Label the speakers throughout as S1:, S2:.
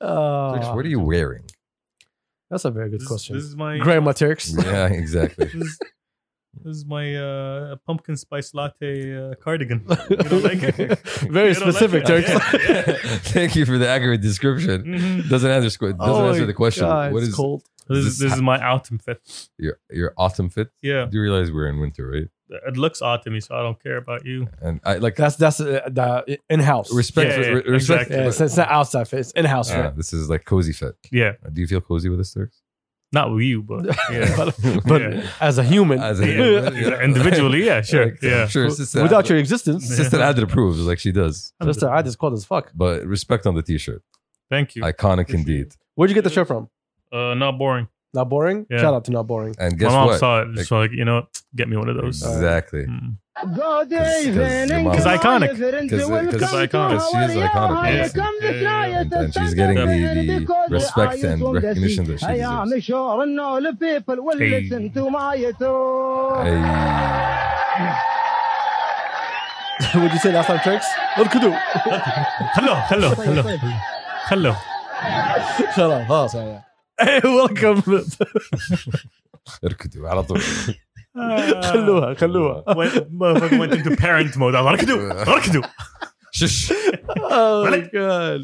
S1: Uh,
S2: what are you wearing?
S1: that's a very good
S3: this,
S1: question.
S3: This is my
S1: Grandma Turks.
S2: yeah, exactly.
S3: This is, this is my uh, pumpkin spice latte uh, cardigan. You don't like it?
S1: very
S3: You don't like
S1: specific
S3: it?
S1: Turks.
S3: Yeah.
S2: Thank you for the accurate description.
S3: Mhm.
S2: Doesn't answer squ- doesn't
S1: Oh
S2: answer
S1: my
S2: the question.
S1: God,
S2: what
S1: it's
S2: is
S1: cold?
S3: This, is, this is my autumn fit.
S2: your your autumn fit?
S3: Yeah,
S2: Do you realize we're in winter, right?
S3: it looks autumny, so I don't care about you.
S2: And I like
S1: That's that's uh, the in house.
S2: respect.
S3: Yeah, yeah,
S2: re- respect.
S3: exactly.
S1: Yeah, it's, it's not outside fit. It's in house
S2: Yeah,
S1: fit.
S2: this is like cozy fit.
S3: Yeah,
S2: Do you feel cozy with us, Turks?
S3: not with you, but yeah.
S1: but but
S3: Yeah.
S1: as a human,
S2: As a
S3: Yeah,
S2: human,
S3: yeah, individually, yeah, sure,
S2: Like,
S3: yeah.
S2: sure. Sister,
S1: without your existence,
S2: sister Adra approves, like she does.
S1: just I just cold as fuck.
S2: But respect on the t-shirt,
S3: Thank you.
S2: iconic
S3: Appreciate
S2: indeed.
S1: Where'd you get the shirt from?
S3: Uh, not boring.
S1: Not boring.
S3: Yeah.
S1: Shout out to not boring.
S2: And guess
S3: my mom
S2: what?
S3: saw it, so like you know, what? get me one of those.
S2: Exactly.
S3: Mm.
S2: It's
S3: iconic.
S2: Because
S3: Welcome to
S2: she is iconic.
S3: Yeah.
S2: yes.
S3: Yeah, yeah, yeah.
S2: And, and she's getting the, the respect and recognition that she deserves. Hey.
S1: Would you say that's not tricks? What could do?
S3: Hello, hello, hello, hello.
S1: Shut up. Oh, sorry. yeah. Hey, welcome.
S2: اركضوا على طول.
S3: Uh,
S1: خلوها خلوها.
S3: Went, motherfucker went into parent mode. I'm like, do, do.
S2: Shush.
S1: Oh my god.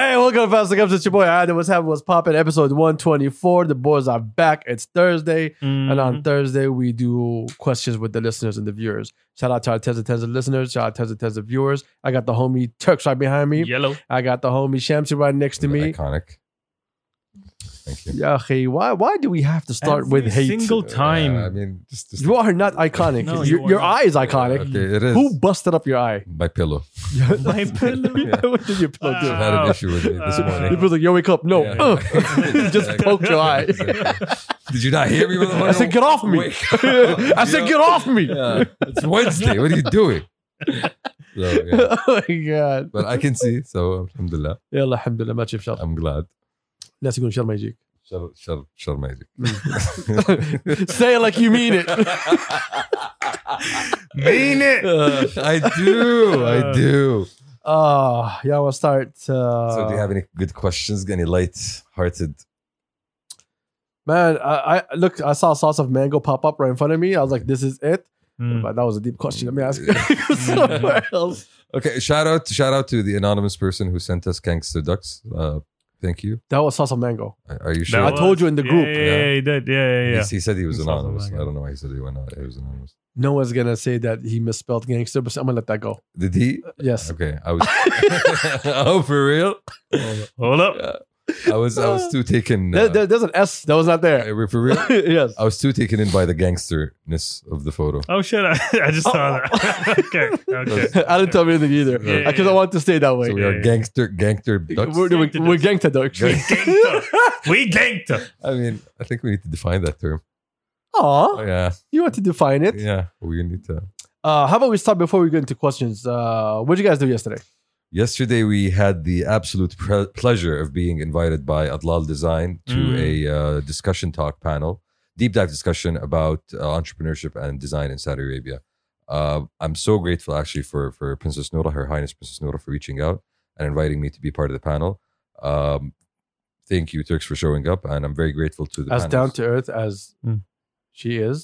S1: Hey, welcome fast the It's your boy Adam. What's happening? What's popping? Episode 124. The boys are back. It's Thursday.
S3: Mm,
S1: And
S3: Mm-hmm.
S1: on Thursday, we do questions with the listeners and the viewers. Shout out to our tens and tens of listeners. Shout out to tens and tens of viewers. I got the homie Turks right behind me.
S3: yellow.
S1: I got the homie Shamsi right next to me.
S2: Iconic. Thank you.
S1: Yeah, hey, why why do we have to start
S3: Every
S1: with hate?
S3: Single time.
S2: Uh, I mean, just, just
S1: you are not iconic.
S3: No,
S1: your
S3: you are
S1: your
S3: not.
S1: eye is iconic.
S2: okay, it is
S1: Who busted up your eye?
S2: my pillow.
S3: My pillow. Ah.
S1: what did your pillow
S2: I had an issue with it this
S3: Uh,
S1: do? Your
S2: morning.
S1: pillow's like, yo, wake up. No.
S2: Yeah.
S1: Uh. Just poked your eye.
S2: Exactly. Did you not hear me? motherfucker?
S1: I said, get off me.
S2: Wake up,
S1: I
S2: you
S1: said,
S2: know?
S1: get off me.
S2: Yeah. It's Wednesday. What are you doing? So, yeah.
S1: oh my god.
S2: But I can see. So, alhamdulillah,
S1: يلا الحمد لله ما تشوف شر
S2: I'm glad.
S1: الناس يقولون شر ما يجيك
S2: Shall, shall, shall magic.
S1: Say it like you mean it.
S3: Mean it.
S1: Uh,
S2: I do. I do.
S1: Oh, yeah, we'll start. Uh,
S2: so, do you have any good questions? Any light-hearted?
S1: man, I, I look, I saw a sauce of mango pop up right in front of me. I was like, this is it.
S3: Mm.
S1: But that was a deep question. Let me ask you somewhere else.
S2: Okay, shout out, shout out to the anonymous person who sent us Gangster Ducks. Uh, thank you.
S1: That was sauce of mango.
S2: Are are you
S3: That
S2: sure?
S1: I
S3: was-
S1: told you in the
S3: Yeah,
S1: group.
S3: Yeah, yeah, yeah, he did. yeah, yeah,
S2: He-
S3: yeah.
S2: He said he was
S3: It's awesome,
S2: anonymous.
S3: man.
S2: I don't know why he said he went not. He was anonymous.
S1: No one's going to say that he misspelled gangster, but I'm going to let that go.
S2: Did he?
S1: Yes.
S2: Okay, I was. oh, for real?
S3: Hold up.
S2: I was. I was too taken.
S1: There-
S2: Uh,
S1: there- there's an S that was not there.
S2: uh, for real.
S1: yes.
S2: I was too taken in by the gangsterness of the photo.
S3: Oh shit! I, I just saw that. okay, okay.
S1: I didn't tell me anything either because
S2: Yeah,
S1: I want to stay that way.
S2: So we are
S3: yeah, yeah.
S2: gangster, gangster ducks.
S1: we're, doing we're gangster dogs.
S3: We ganked up. We ganked up.
S2: I mean, I think we need to define that term. Oh,
S1: Aw,
S2: Yeah,
S1: you want to define it?
S2: yeah. We need to.
S1: Uh, how about we start before we get into questions? Uh, what did you guys do yesterday?
S2: Yesterday we had the absolute pre- pleasure of being invited by Adlal Design to
S3: Mm.
S2: a uh, discussion talk panel, deep dive discussion about uh, entrepreneurship and design in Saudi Arabia. Uh, I'm so grateful actually for for Princess Noura, Her Highness Princess Noura, for reaching out and inviting me to be part of the panel. Um, thank you, Turks, for showing up, and I'm very grateful to the Hmm.
S1: as
S2: panelists.
S1: down to earth as
S3: Mm.
S1: she is,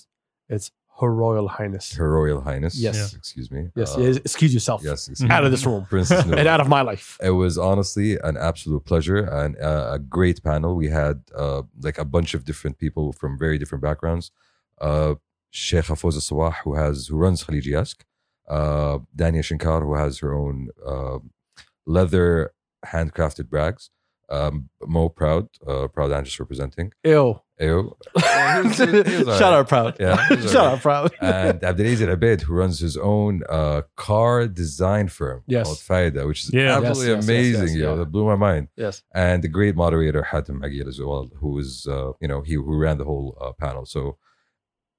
S1: it's Her Royal Highness.
S2: Her Royal Highness.
S1: Yes.
S2: excuse me.
S1: yes,
S2: Uh,
S1: yes, excuse yourself.
S2: yes, excuse
S1: Out
S2: me.
S1: of this room
S2: Princess Noura.
S1: and out of my life.
S2: It was honestly an absolute pleasure and uh, a great panel. We had uh, like a bunch of different people from very different backgrounds. Uh, Sheikh Hafoza Sawah, who has who runs Khaliji Yask, uh, Dania Shinkar, who has her own uh, leather handcrafted bags. Um, Mo Proud, uh, Proud Angels representing.
S1: Ew.
S2: Ayo.
S1: Shut up, proud.
S2: Yeah, he was Uh,
S1: Shut
S2: alright.
S1: up, proud.
S2: And Abdelaziz Abed, who runs his own uh, car design firm
S1: Yes.
S2: called Faida, which is
S3: Yeah.
S2: absolutely
S1: Yes, yes, yes,
S2: amazing.
S1: yes,
S2: yo.
S1: yeah.
S2: That blew my mind
S1: yes.
S2: and the great moderator Hatem Agil as well, who was uh, you know he who ran the whole uh, panel. So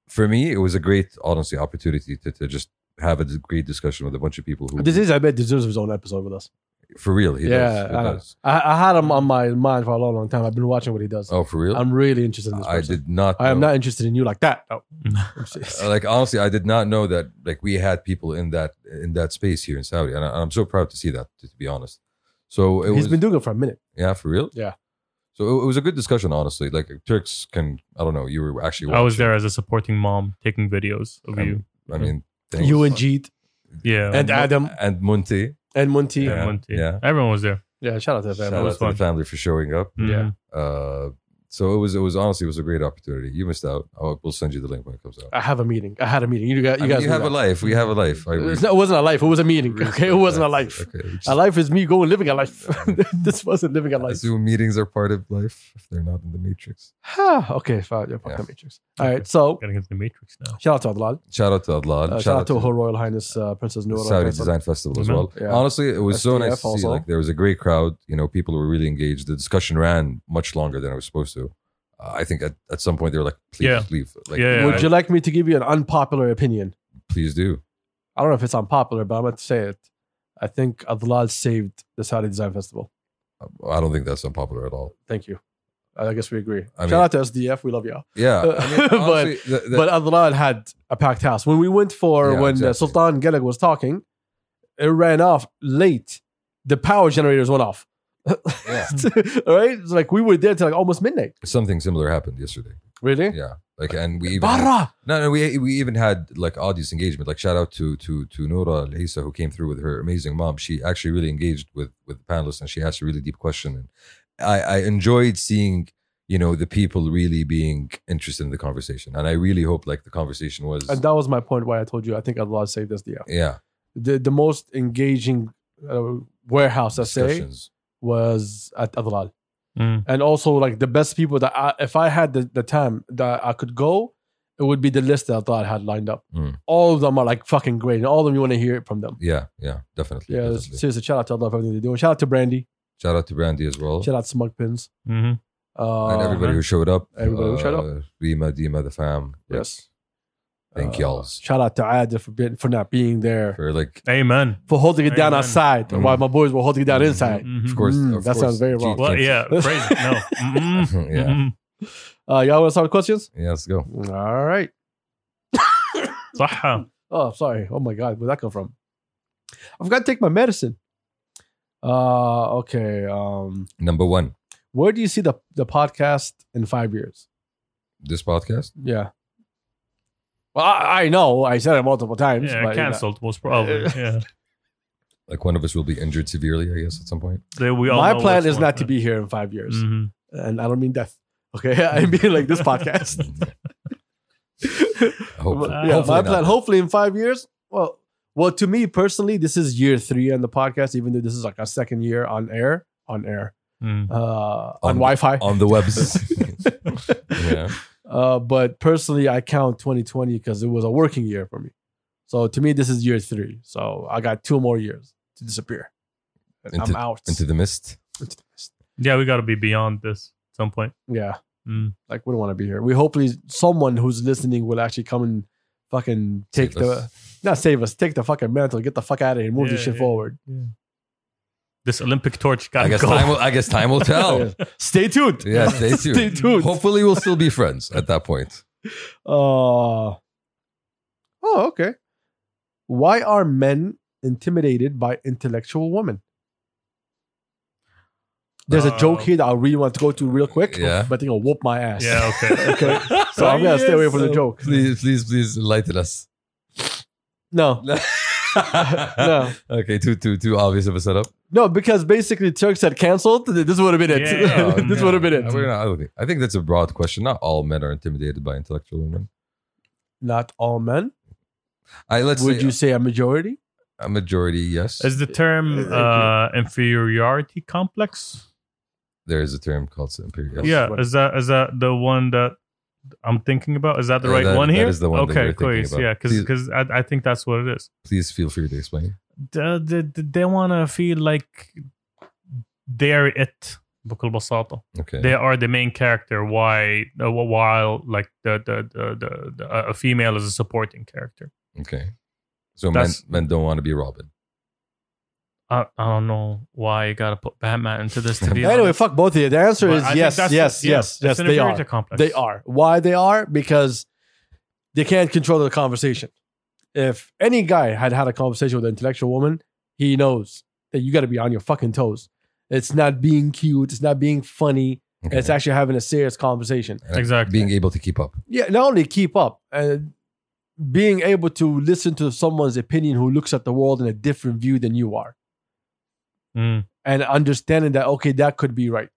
S2: for me, it was a great, honestly, opportunity to, to just have a great discussion with a bunch of people who,
S1: This is, I bet, deserves his own episode with us.
S2: for real, he
S1: Yeah, uh,
S2: does. He
S1: I know.
S2: does.
S1: I, I had him on my mind for a long, long time. I've been watching what he does.
S2: Oh, for real,
S1: I'm really interested in this
S2: I
S1: person.
S2: did not.
S1: I am
S2: know- Uh,
S1: not interested in you like that. No.
S2: Like honestly, I did not know that. Like we had people in that in that space here in Saudi, and I, I'm so proud to see that. To, to be honest, So it
S1: He's
S2: was
S1: been doing it for a minute.
S2: yeah for real
S1: Yeah.
S2: So it, it was a good discussion, honestly. Like Turks can I don't know. You were actually
S3: I was
S2: watching.
S3: there as a supporting mom, taking videos of
S2: Um,
S3: you.
S2: I mean, thanks.
S1: You and Jeet
S3: Yeah,
S1: and Adam
S2: and Monty.
S1: and Monty.
S3: yeah,
S1: Yeah,
S2: Yeah,
S3: Monty.
S2: yeah.
S3: everyone was there. Mm-hmm.
S1: shout out to them.
S2: Shout
S3: was
S2: out to
S3: fun.
S2: the family for showing up.
S1: Yeah.
S2: Uh, so it was it was honestly it was a great opportunity. You missed out. I'll, we'll send you the link when it comes out.
S1: I have a meeting. I had a meeting. You guys,
S2: I
S1: you
S2: mean,
S1: guys
S2: you
S1: know
S2: have a
S1: that.
S2: life. We have a life. I
S1: It's not- it wasn't a life. It was a meeting. Okay, it wasn't a life.
S2: Okay. we just-
S1: A life is me going living a life. this wasn't living a
S2: I
S1: life.
S2: assume meetings are part of life if they're not in the matrix.
S1: okay, fine. Yeah, fuck
S2: Yeah.
S1: the Matrix. All right, so
S3: Getting into the Matrix now.
S1: shout out to Adlal.
S2: Shout out to Adlan.
S1: Uh, shout out to Her Royal Highness uh, Princess
S2: the
S1: Noor.
S2: Saudi Design Festival as
S3: Mhm.
S2: well.
S1: Mm-hmm. Yeah.
S2: Honestly, it was so
S1: SDF
S2: nice to see.
S1: also.
S2: Like there was a great crowd. You know, people were really engaged. The discussion ran much longer than it was supposed to. Uh, I think at, at some point they were like, "Please
S3: Yeah.
S2: leave. Like,
S3: Yeah, yeah.
S1: Would you like me to give you an unpopular opinion?
S2: please do."
S1: I don't know if it's unpopular, but I'm going to say it. I think Adlal saved the Saudi Design Festival.
S2: I don't think that's unpopular at all.
S1: Thank you. I guess we agree.
S2: I mean-
S1: shout out to SDF. We love y'all.
S2: Yeah,
S1: Uh,
S2: I mean,
S1: but-
S2: honestly, the- the-
S1: but Adlal had a packed house. When we went for
S2: Yeah,
S1: when uh,
S2: exactly.
S1: Sultan Gelag was talking, it ran off late. The power generators went off.
S2: Yeah.
S1: All right, it's like we were there till like almost midnight.
S2: something similar happened yesterday.
S1: Really?
S2: Yeah, like and we even
S1: Barra.
S2: no no we we even had like audience engagement. Like shout out to to to Nora Al Isa who came through with her amazing mom. She actually really engaged with with the panelists and she asked a really deep question. And I I enjoyed seeing you know the people really being interested in the conversation. And I really hope like the conversation was
S1: And that was my point why I told you I think Allah saved us the
S2: yeah
S1: the the most engaging uh, warehouse I say
S2: discussions.
S1: was at Adlal.
S3: Mm.
S1: And also like the best people that I, if I had the, the time that I could go, it would be the list that Adlal had lined up.
S2: Mm.
S1: All of them are like fucking great. And all of them you want to hear it from them.
S2: Yeah yeah definitely.
S1: Yeah,
S2: definitely.
S1: seriously, shout out to Allah for everything they do. And Shout out to Brandy.
S2: Shout out to Brandy as well.
S1: Shout out to Smug Pins.
S3: hmm
S1: Uh,
S2: and everybody who showed up,
S1: Everybody who showed
S2: up, Rima, Dima, the fam, like,
S1: Yes.
S2: thank
S1: Uh,
S2: y'all
S1: Shout out to Adil for, being, for not being there, for,
S2: for like
S3: Amen.
S1: holding it down
S3: Amen.
S1: outside
S2: Mm.
S1: while my boys were holding it down
S2: Mhm.
S1: inside.
S3: Mhm.
S2: Of course,
S1: Mm,
S2: of
S1: that
S2: course,
S1: sounds very
S2: Jeet
S1: wrong.
S3: Well,
S2: came
S3: yeah,
S1: Kansas.
S3: crazy. No. Mm-hmm. Mm-mm.
S2: through. yeah,
S3: Mm-mm.
S1: Uh, y'all want to start with questions?
S2: yeah, let's go.
S1: All right.
S3: صحة.
S1: Oh, sorry. Oh my God, where'd that come from? I've got to take my medicine. Uh, okay. Um,
S2: Number one,
S1: where do you see the the podcast in five years?
S2: this podcast.
S1: Yeah. Well, I, I know I said it multiple times.
S3: Yeah,
S1: but, you know.
S3: cancelled most probably. Yeah,
S2: Like one of us will be injured severely, I guess, at some point.
S3: They- we all
S1: my
S3: know
S1: plan
S3: what's
S1: is
S3: going
S1: not to
S3: on.
S1: be here in five years,
S3: Mhm.
S1: and I don't mean death. Okay, I mean like this podcast.
S2: Hopefully,
S1: yeah,
S2: hopefully
S1: my
S2: not.
S1: plan. Hopefully, in five years. Well, well, to me personally, this is year three on the podcast. Even though this is like our second year on air, on air,
S3: Mm.
S1: uh, on,
S2: On-
S1: Wi-Fi.
S2: on the webs. yeah,
S1: Uh, but personally, I count 2020 because it was a working year for me. So to me, this is year three. So I got two more years to disappear. And I'm
S2: Into-
S1: out.
S2: into the mist.
S1: Into the mist.
S3: Yeah, we got to be beyond this at some point.
S1: yeah,
S3: Mm.
S1: like we don't want to be here. We hopefully someone who's listening will actually come and fucking take
S2: Save
S1: the
S2: us.
S1: not save us, take the fucking mantle, get the fuck out of here, and move
S3: Yeah,
S1: this shit
S3: yeah.
S1: forward.
S3: This Olympic torch got
S2: I
S3: to
S2: guess
S3: go.
S2: time. Will, I guess time will tell.
S1: Stay tuned.
S2: yeah, stay tuned.
S1: Stay tuned.
S2: Hopefully, we'll still be friends at that point.
S1: Uh, oh, okay. Why are men intimidated by intellectual women? There's a joke
S3: Uh,
S1: here that I really want to go to real quick,
S2: Yeah.
S1: but I think it'll whoop my ass.
S3: yeah, okay.
S1: Okay. So I'm gonna stay away from the
S2: So
S1: joke.
S2: Please, please, please enlighten us.
S1: No,
S2: no. Okay, too too too obvious of a setup.
S1: no, because basically Turks had canceled. th- This would have been it.
S3: Yeah, yeah, Oh,
S1: this
S3: yeah.
S1: would have been it.
S2: I, mean, I don't think, I think that's a broad question. Not all men are intimidated by intellectual women.
S1: Not all men.
S2: I let's
S1: Would
S2: say
S1: you say a majority?
S2: a majority. Yes,
S3: Is the term uh, inferiority complex?
S2: there is a term called superior.
S3: Yeah,
S1: What-
S3: is that is that the one that I'm thinking about? Is that the
S2: Yeah,
S3: right
S2: Uh, that-
S3: one
S2: that
S3: here?
S2: is the one that
S3: okay,
S2: you're thinking
S3: cool.
S2: about.
S3: Yeah,
S2: Please-
S3: because I, I think that's what it is.
S2: Please feel free to explain.
S3: They, they want to feel like they're it. بكل بساطة.
S2: Okay.
S3: They are the main character. Why? Uh, while like the the the, the, the uh, a female is a supporting character.
S2: okay. So men,
S3: That's-
S2: men don't want to be Robin.
S3: I, I don't know why you gotta put Batman into this. To be
S1: Anyway,
S3: honest.
S1: fuck both of you. The answer
S3: But
S1: is
S3: I think
S1: yes,
S3: that's-
S1: yes,
S3: yeah,
S1: yes,
S3: it's
S1: yes.
S3: an
S1: They
S3: inferiority
S1: are.
S3: Complex.
S1: They are. Why they are? Because they can't control the conversation. If any guy had had a conversation with an intellectual woman, he knows that you got to be on your fucking toes. It's not being cute. It's not being funny.
S2: Okay.
S1: It's actually having a serious conversation.
S2: And
S3: Exactly.
S2: being able to keep up.
S1: Yeah, not only keep up, uh, being able to listen to someone's opinion who looks at the world in a different view than you are,
S3: Mm.
S1: and understanding that okay, that could be right,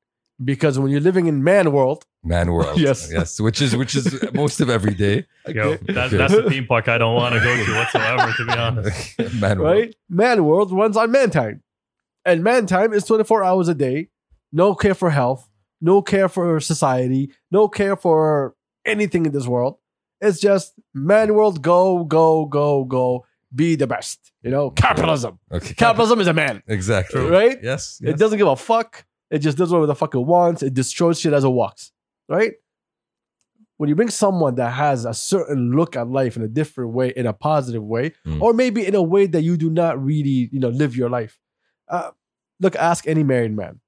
S1: because when you're living in man world,
S2: Man world.
S1: Yes.
S2: Yes. Which is which is most of every day.
S3: Yo, that, that's a theme park I don't want to go to whatsoever, to be honest.
S2: Man world.
S1: right? Man world runs on man time. And man time is 24 hours a day. No care for health, no care for society, no care for anything in this world. It's just man world, go, go, go, go, be the best. You know, capitalism.
S2: Okay.
S1: Capitalism is a man,
S2: Exactly.
S1: right?
S2: Yes.
S1: It
S2: yes.
S1: doesn't give a fuck. It just does whatever the fuck it wants. It destroys shit as it walks, right? When you bring someone that has a certain look at life in a different way, in a positive way,
S2: Mm.
S1: or maybe in a way that you do not really, you know, live your life. Uh, look, ask any married man,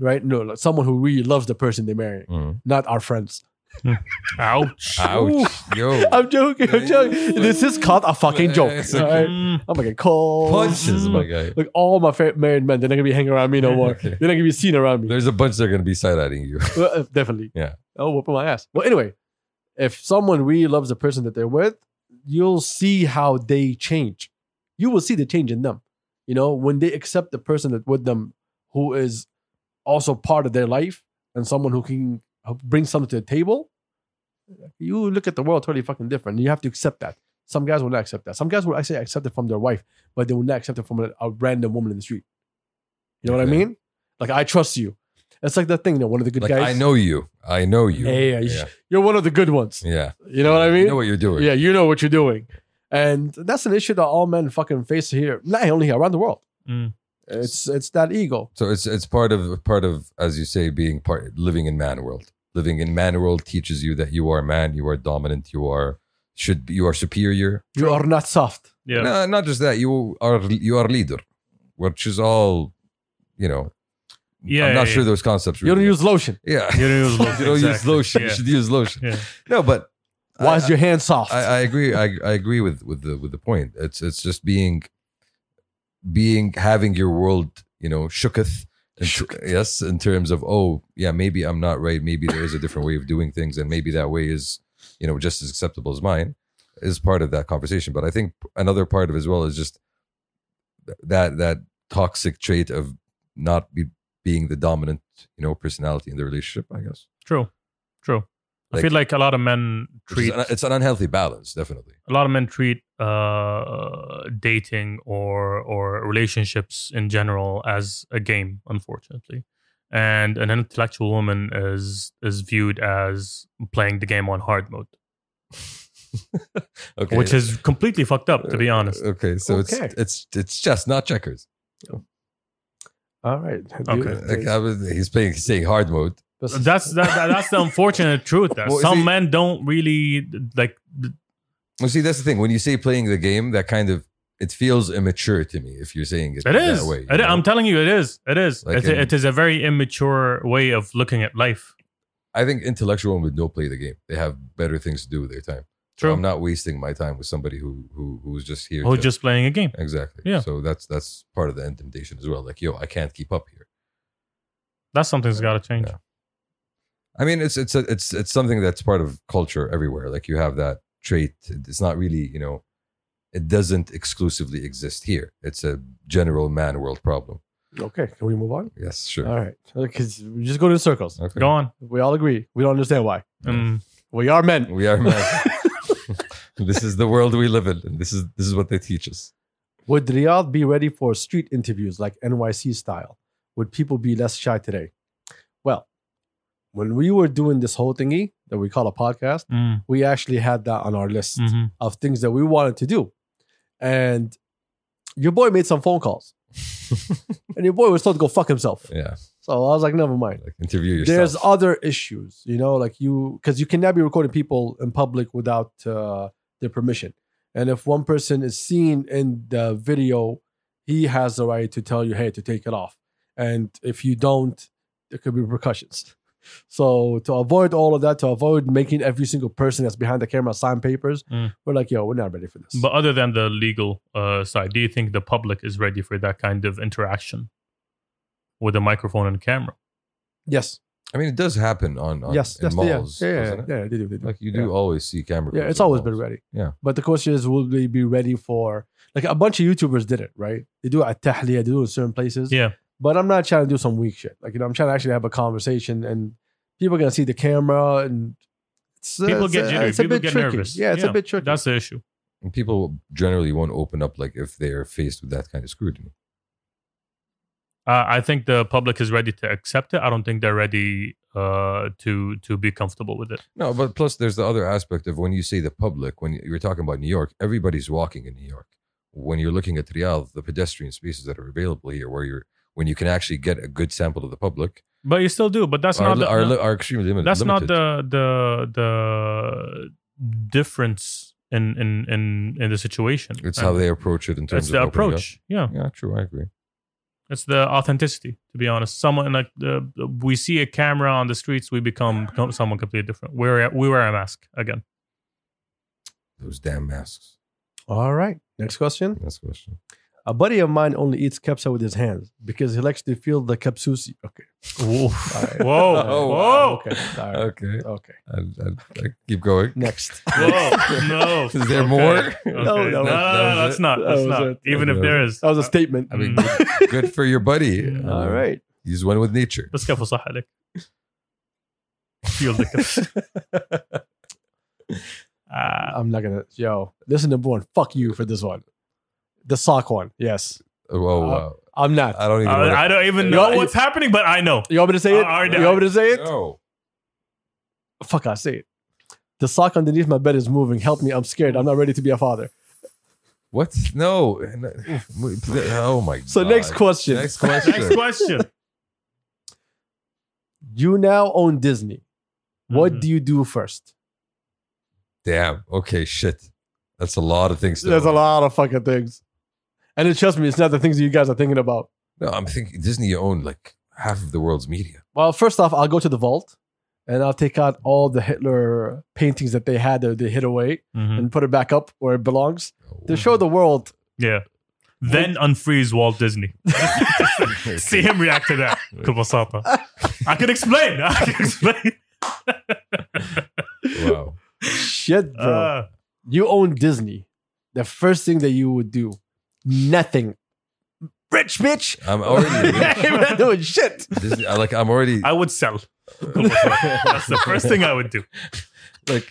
S1: right? No, like someone who really loves the person they're marrying,
S2: Mm.
S1: not our friends.
S3: Ouch.
S2: Ouch. Yo.
S1: I'm joking. I'm joking. This is called a fucking joke. Oh
S2: It's
S1: all
S2: okay.
S1: right?
S3: Mm.
S1: I'm gonna get cold.
S2: Punches, my guy.
S1: Like all my fa- married men, they're not gonna be hanging around me no more.
S2: Okay.
S1: They're not gonna be seen around me.
S2: There's a bunch that are going to be side eyeing you.
S1: Well, uh, definitely.
S2: Yeah.
S1: I'll whoop my ass. Well, anyway, if someone really loves the person that they're with, you'll see how they change. You will see the change in them. You know, when they accept the person that with them who is also part of their life and someone who can bring something to the table, you look at the world totally fucking different. You have to accept that. Some guys will not accept that. Some guys will actually accept it from their wife, but they will not accept it from a, a random woman in the street. You know what I
S2: Okay.
S1: mean? Like I trust you. It's like that thing that one of the good
S2: Like,
S1: guys.
S2: I know you. I know you.
S1: Yeah, yeah, yeah.
S2: Yeah.
S1: You're one of the good ones.
S2: Yeah.
S1: You know what I mean?
S2: You know what you're doing.
S1: yeah, you know what you're doing. And that's an issue that all men fucking face here, not only here, around the world.
S3: Mm.
S1: It's it's that ego.
S2: So it's it's part of part of as you say being part living in man world. Living in man world teaches you that you are man, you are dominant, you are should be, you are superior.
S1: You are not soft.
S3: Yeah.
S2: No, not just that. You are you are leader, which is all, you know.
S3: Yeah,
S2: I'm not
S3: yeah,
S2: sure
S3: yeah.
S2: those concepts.
S1: You don't use lotion.
S2: Yeah.
S3: You don't use lotion,
S2: you don't use
S3: exactly.
S2: lotion. You
S3: Yeah.
S2: should use lotion.
S3: Yeah.
S2: No, but
S1: Why
S2: I-
S1: is your hand soft?
S2: I, I agree. I, I agree with with the with the point. It's it's just being being having your world, you know, shooketh. in-
S1: Shooketh.
S2: Yes, in terms of oh yeah, maybe I'm not right. Maybe there is a different way of doing things, and maybe that way is you know just as acceptable as mine. Is part of that conversation, but I think another part of it as well is just th- that that toxic trait of not be, being the dominant, you know, personality in the relationship. I guess
S3: True. True. I
S2: Like-
S3: feel like a lot of men
S2: Which is
S3: treat
S2: an- it's an unhealthy balance, definitely.
S3: a lot of men treat uh, dating or or relationships in general as a game, unfortunately. And an intellectual woman is is viewed as playing the game on hard mode,
S2: okay, Uh,
S3: which is completely fucked up, to be honest.
S2: Okay, so
S1: Okay.
S2: it's it's it's chess, not checkers.
S1: all right.
S2: Like, I was- he's playing he's saying hard mode.
S3: That's that, that- that's the unfortunate truth. That
S2: uh, Well,
S3: some
S2: see-
S3: men don't really like.
S2: Well, see, that's the thing. When you say playing the game, that kind of it feels immature to me if you're saying it,
S3: It
S2: that
S3: is.
S2: way. you
S3: It-
S2: know?
S3: I'm telling you, it is. It is.
S2: Like
S3: It's a-
S2: in-
S3: it is a very immature way of looking at life.
S2: I think intellectual women don't play the game. They have better things to do with their time. So
S3: True.
S2: I'm not wasting my time with somebody who who who's just here.
S3: Who's
S2: to-
S3: just playing a game?
S2: exactly.
S3: Yeah.
S2: So that's that's part of the temptation as well. Like, yo, I can't keep up here.
S3: That's something's got to change.
S2: Yeah. I mean, it's it's a, it's it's something that's part of culture everywhere. Like you have that trait. It's not really you know, it doesn't exclusively exist here. It's a general man world problem.
S1: okay. Can we move on?
S2: Yes, sure.
S1: All right. Because we just go to circles.
S2: Okay.
S3: Go on.
S1: We all agree. We don't understand why.
S3: Um,
S1: We are men.
S2: We are men. this is the world we live in. And this is this is what they teach us.
S1: Would Riyadh be ready for street interviews like NYC style? Would people be less shy today? Well, when we were doing this whole thingy that we call a podcast,
S3: Mm,
S1: we actually had that on our list
S3: mhm.
S1: of things that we wanted to do. And your boy made some phone calls, and your boy was told to go fuck himself.
S2: yeah.
S1: So I was like, never mind.
S2: Like interview yourself.
S1: There's other issues, you know, like you because you cannot be recording people in public without uh, their permission. And if one person is seen in the video, he has the right to tell you, hey, to take it off. And if you don't, there could be repercussions. So to avoid all of that, to avoid making every single person that's behind the camera sign papers,
S3: Mm.
S1: we're like, yo, we're not ready for this.
S3: But other than the legal uh, side, do you think the public is ready for that kind of interaction with a microphone and camera.
S1: Yes.
S2: I mean, it does happen on, on
S1: yes.
S2: Uh, in
S1: Yes. Yeah.
S2: malls.
S1: Yeah. Yeah.
S2: doesn't it?
S1: yeah, They do. They do.
S2: Like you do
S1: Yeah.
S2: always see camera.
S1: Yeah,
S2: crews
S1: it's
S2: in
S1: always been
S2: malls.
S1: ready.
S2: Yeah.
S1: But the question is, will they be ready for like a bunch of YouTubers did it, right? They do it at Tahliya, they do it in certain places.
S3: Yeah.
S1: But I'm not trying to do some weak shit. Like, you know, I'm trying to actually have a conversation and people are gonna see the camera and it's, uh,
S3: People
S1: it's
S3: get
S1: a-
S3: jittery.
S1: It's a
S3: People
S1: bit
S3: get
S1: tricky.
S3: nervous.
S1: Yeah, it's
S3: Yeah.
S1: a bit tricky.
S3: That's the issue.
S2: And people generally won't open up like if they're faced with that kind of scrutiny.
S3: Uh, I think the public is ready to accept it. I don't think they're ready uh, to to be comfortable with it.
S2: No, but plus there's the other aspect of when you say the public, when you're talking about New York, everybody's walking in New York. When you're looking at Riyadh, the pedestrian spaces that are available here, where you're when you can actually get a good sample of the public,
S3: But you still do. But that's
S2: are,
S3: not the,
S2: are, are extremely limited.
S3: that's
S2: limited.
S3: not the the the difference in in in, in the situation.
S2: It's
S3: And
S2: how they approach it in terms
S3: it's
S2: of
S3: the
S2: opening up.
S3: approach. Yeah,
S2: Yeah, true. I agree.
S3: it's the authenticity. To be honest, someone like the, we see a camera on the streets, we become become someone completely different. We wear we wear a mask again.
S2: Those damn masks.
S1: All right. Next question.
S2: That's the question.
S1: A buddy of mine only eats kepsa with his hands because he likes to feel the kapsusi. Okay.
S3: Whoa,
S1: right.
S3: whoa,
S2: Oh,
S3: whoa,
S1: Okay. All right.
S2: Okay,
S1: Okay.
S2: I, I, I keep going.
S1: Next.
S3: whoa, no.
S2: Is there
S3: Okay.
S2: more?
S3: Okay.
S1: No,
S3: No,
S1: that
S3: no,
S1: was-
S2: that was
S3: no, that's
S2: it.
S3: not.
S1: That
S3: That's
S1: was
S3: not.
S1: it.
S3: Even if
S2: Okay.
S3: there is.
S1: That was a statement.
S2: I mean, good, good for your buddy.
S3: Mm.
S1: All right.
S2: He's one with nature.
S3: بس كفو صح عليك. Feel the cup. Ah,
S1: I'm not gonna yo. Listen, number one, fuck you for this one. The sock one. Yes.
S2: Oh,
S1: Uh,
S2: wow.
S1: I'm not.
S2: I don't even. wanna-
S3: I, I don't even
S1: No,
S3: know
S1: you-
S3: what's happening, but I know.
S1: you want me to say it?
S3: I already-
S1: you want me to say it?
S2: No.
S1: Fuck, I say it. The sock underneath my bed is moving. Help me. I'm scared. I'm not ready to be a father.
S2: What? No. Oh my god.
S1: So next question.
S2: Next question.
S3: Next question.
S1: You now own Disney.
S3: Mm-hmm.
S1: What do you do first?
S2: Damn. Okay. Shit. That's a lot of things. To
S1: There's a
S2: know.
S1: lot of fucking things. And it trust me, it's not the things that you guys are thinking about.
S2: No, I'm thinking Disney owned like half of the world's media.
S1: Well, first off, I'll go to the vault and I'll take out all the Hitler paintings that they had that they hid away
S3: Mhm.
S1: and put it back up where it belongs to show the world
S3: Yeah. Then unfreeze Walt Disney. See him react to that. كبساطة. I can explain. I can explain.
S2: Wow.
S1: Shit, bro.
S3: Ah.
S1: you own Disney. The first thing that you would do, nothing. Rich bitch.
S2: I'm already
S1: You're not doing shit.
S2: Disney, I- like I'm already
S3: I would sell. كبساطة. That's the first thing I would do.
S2: like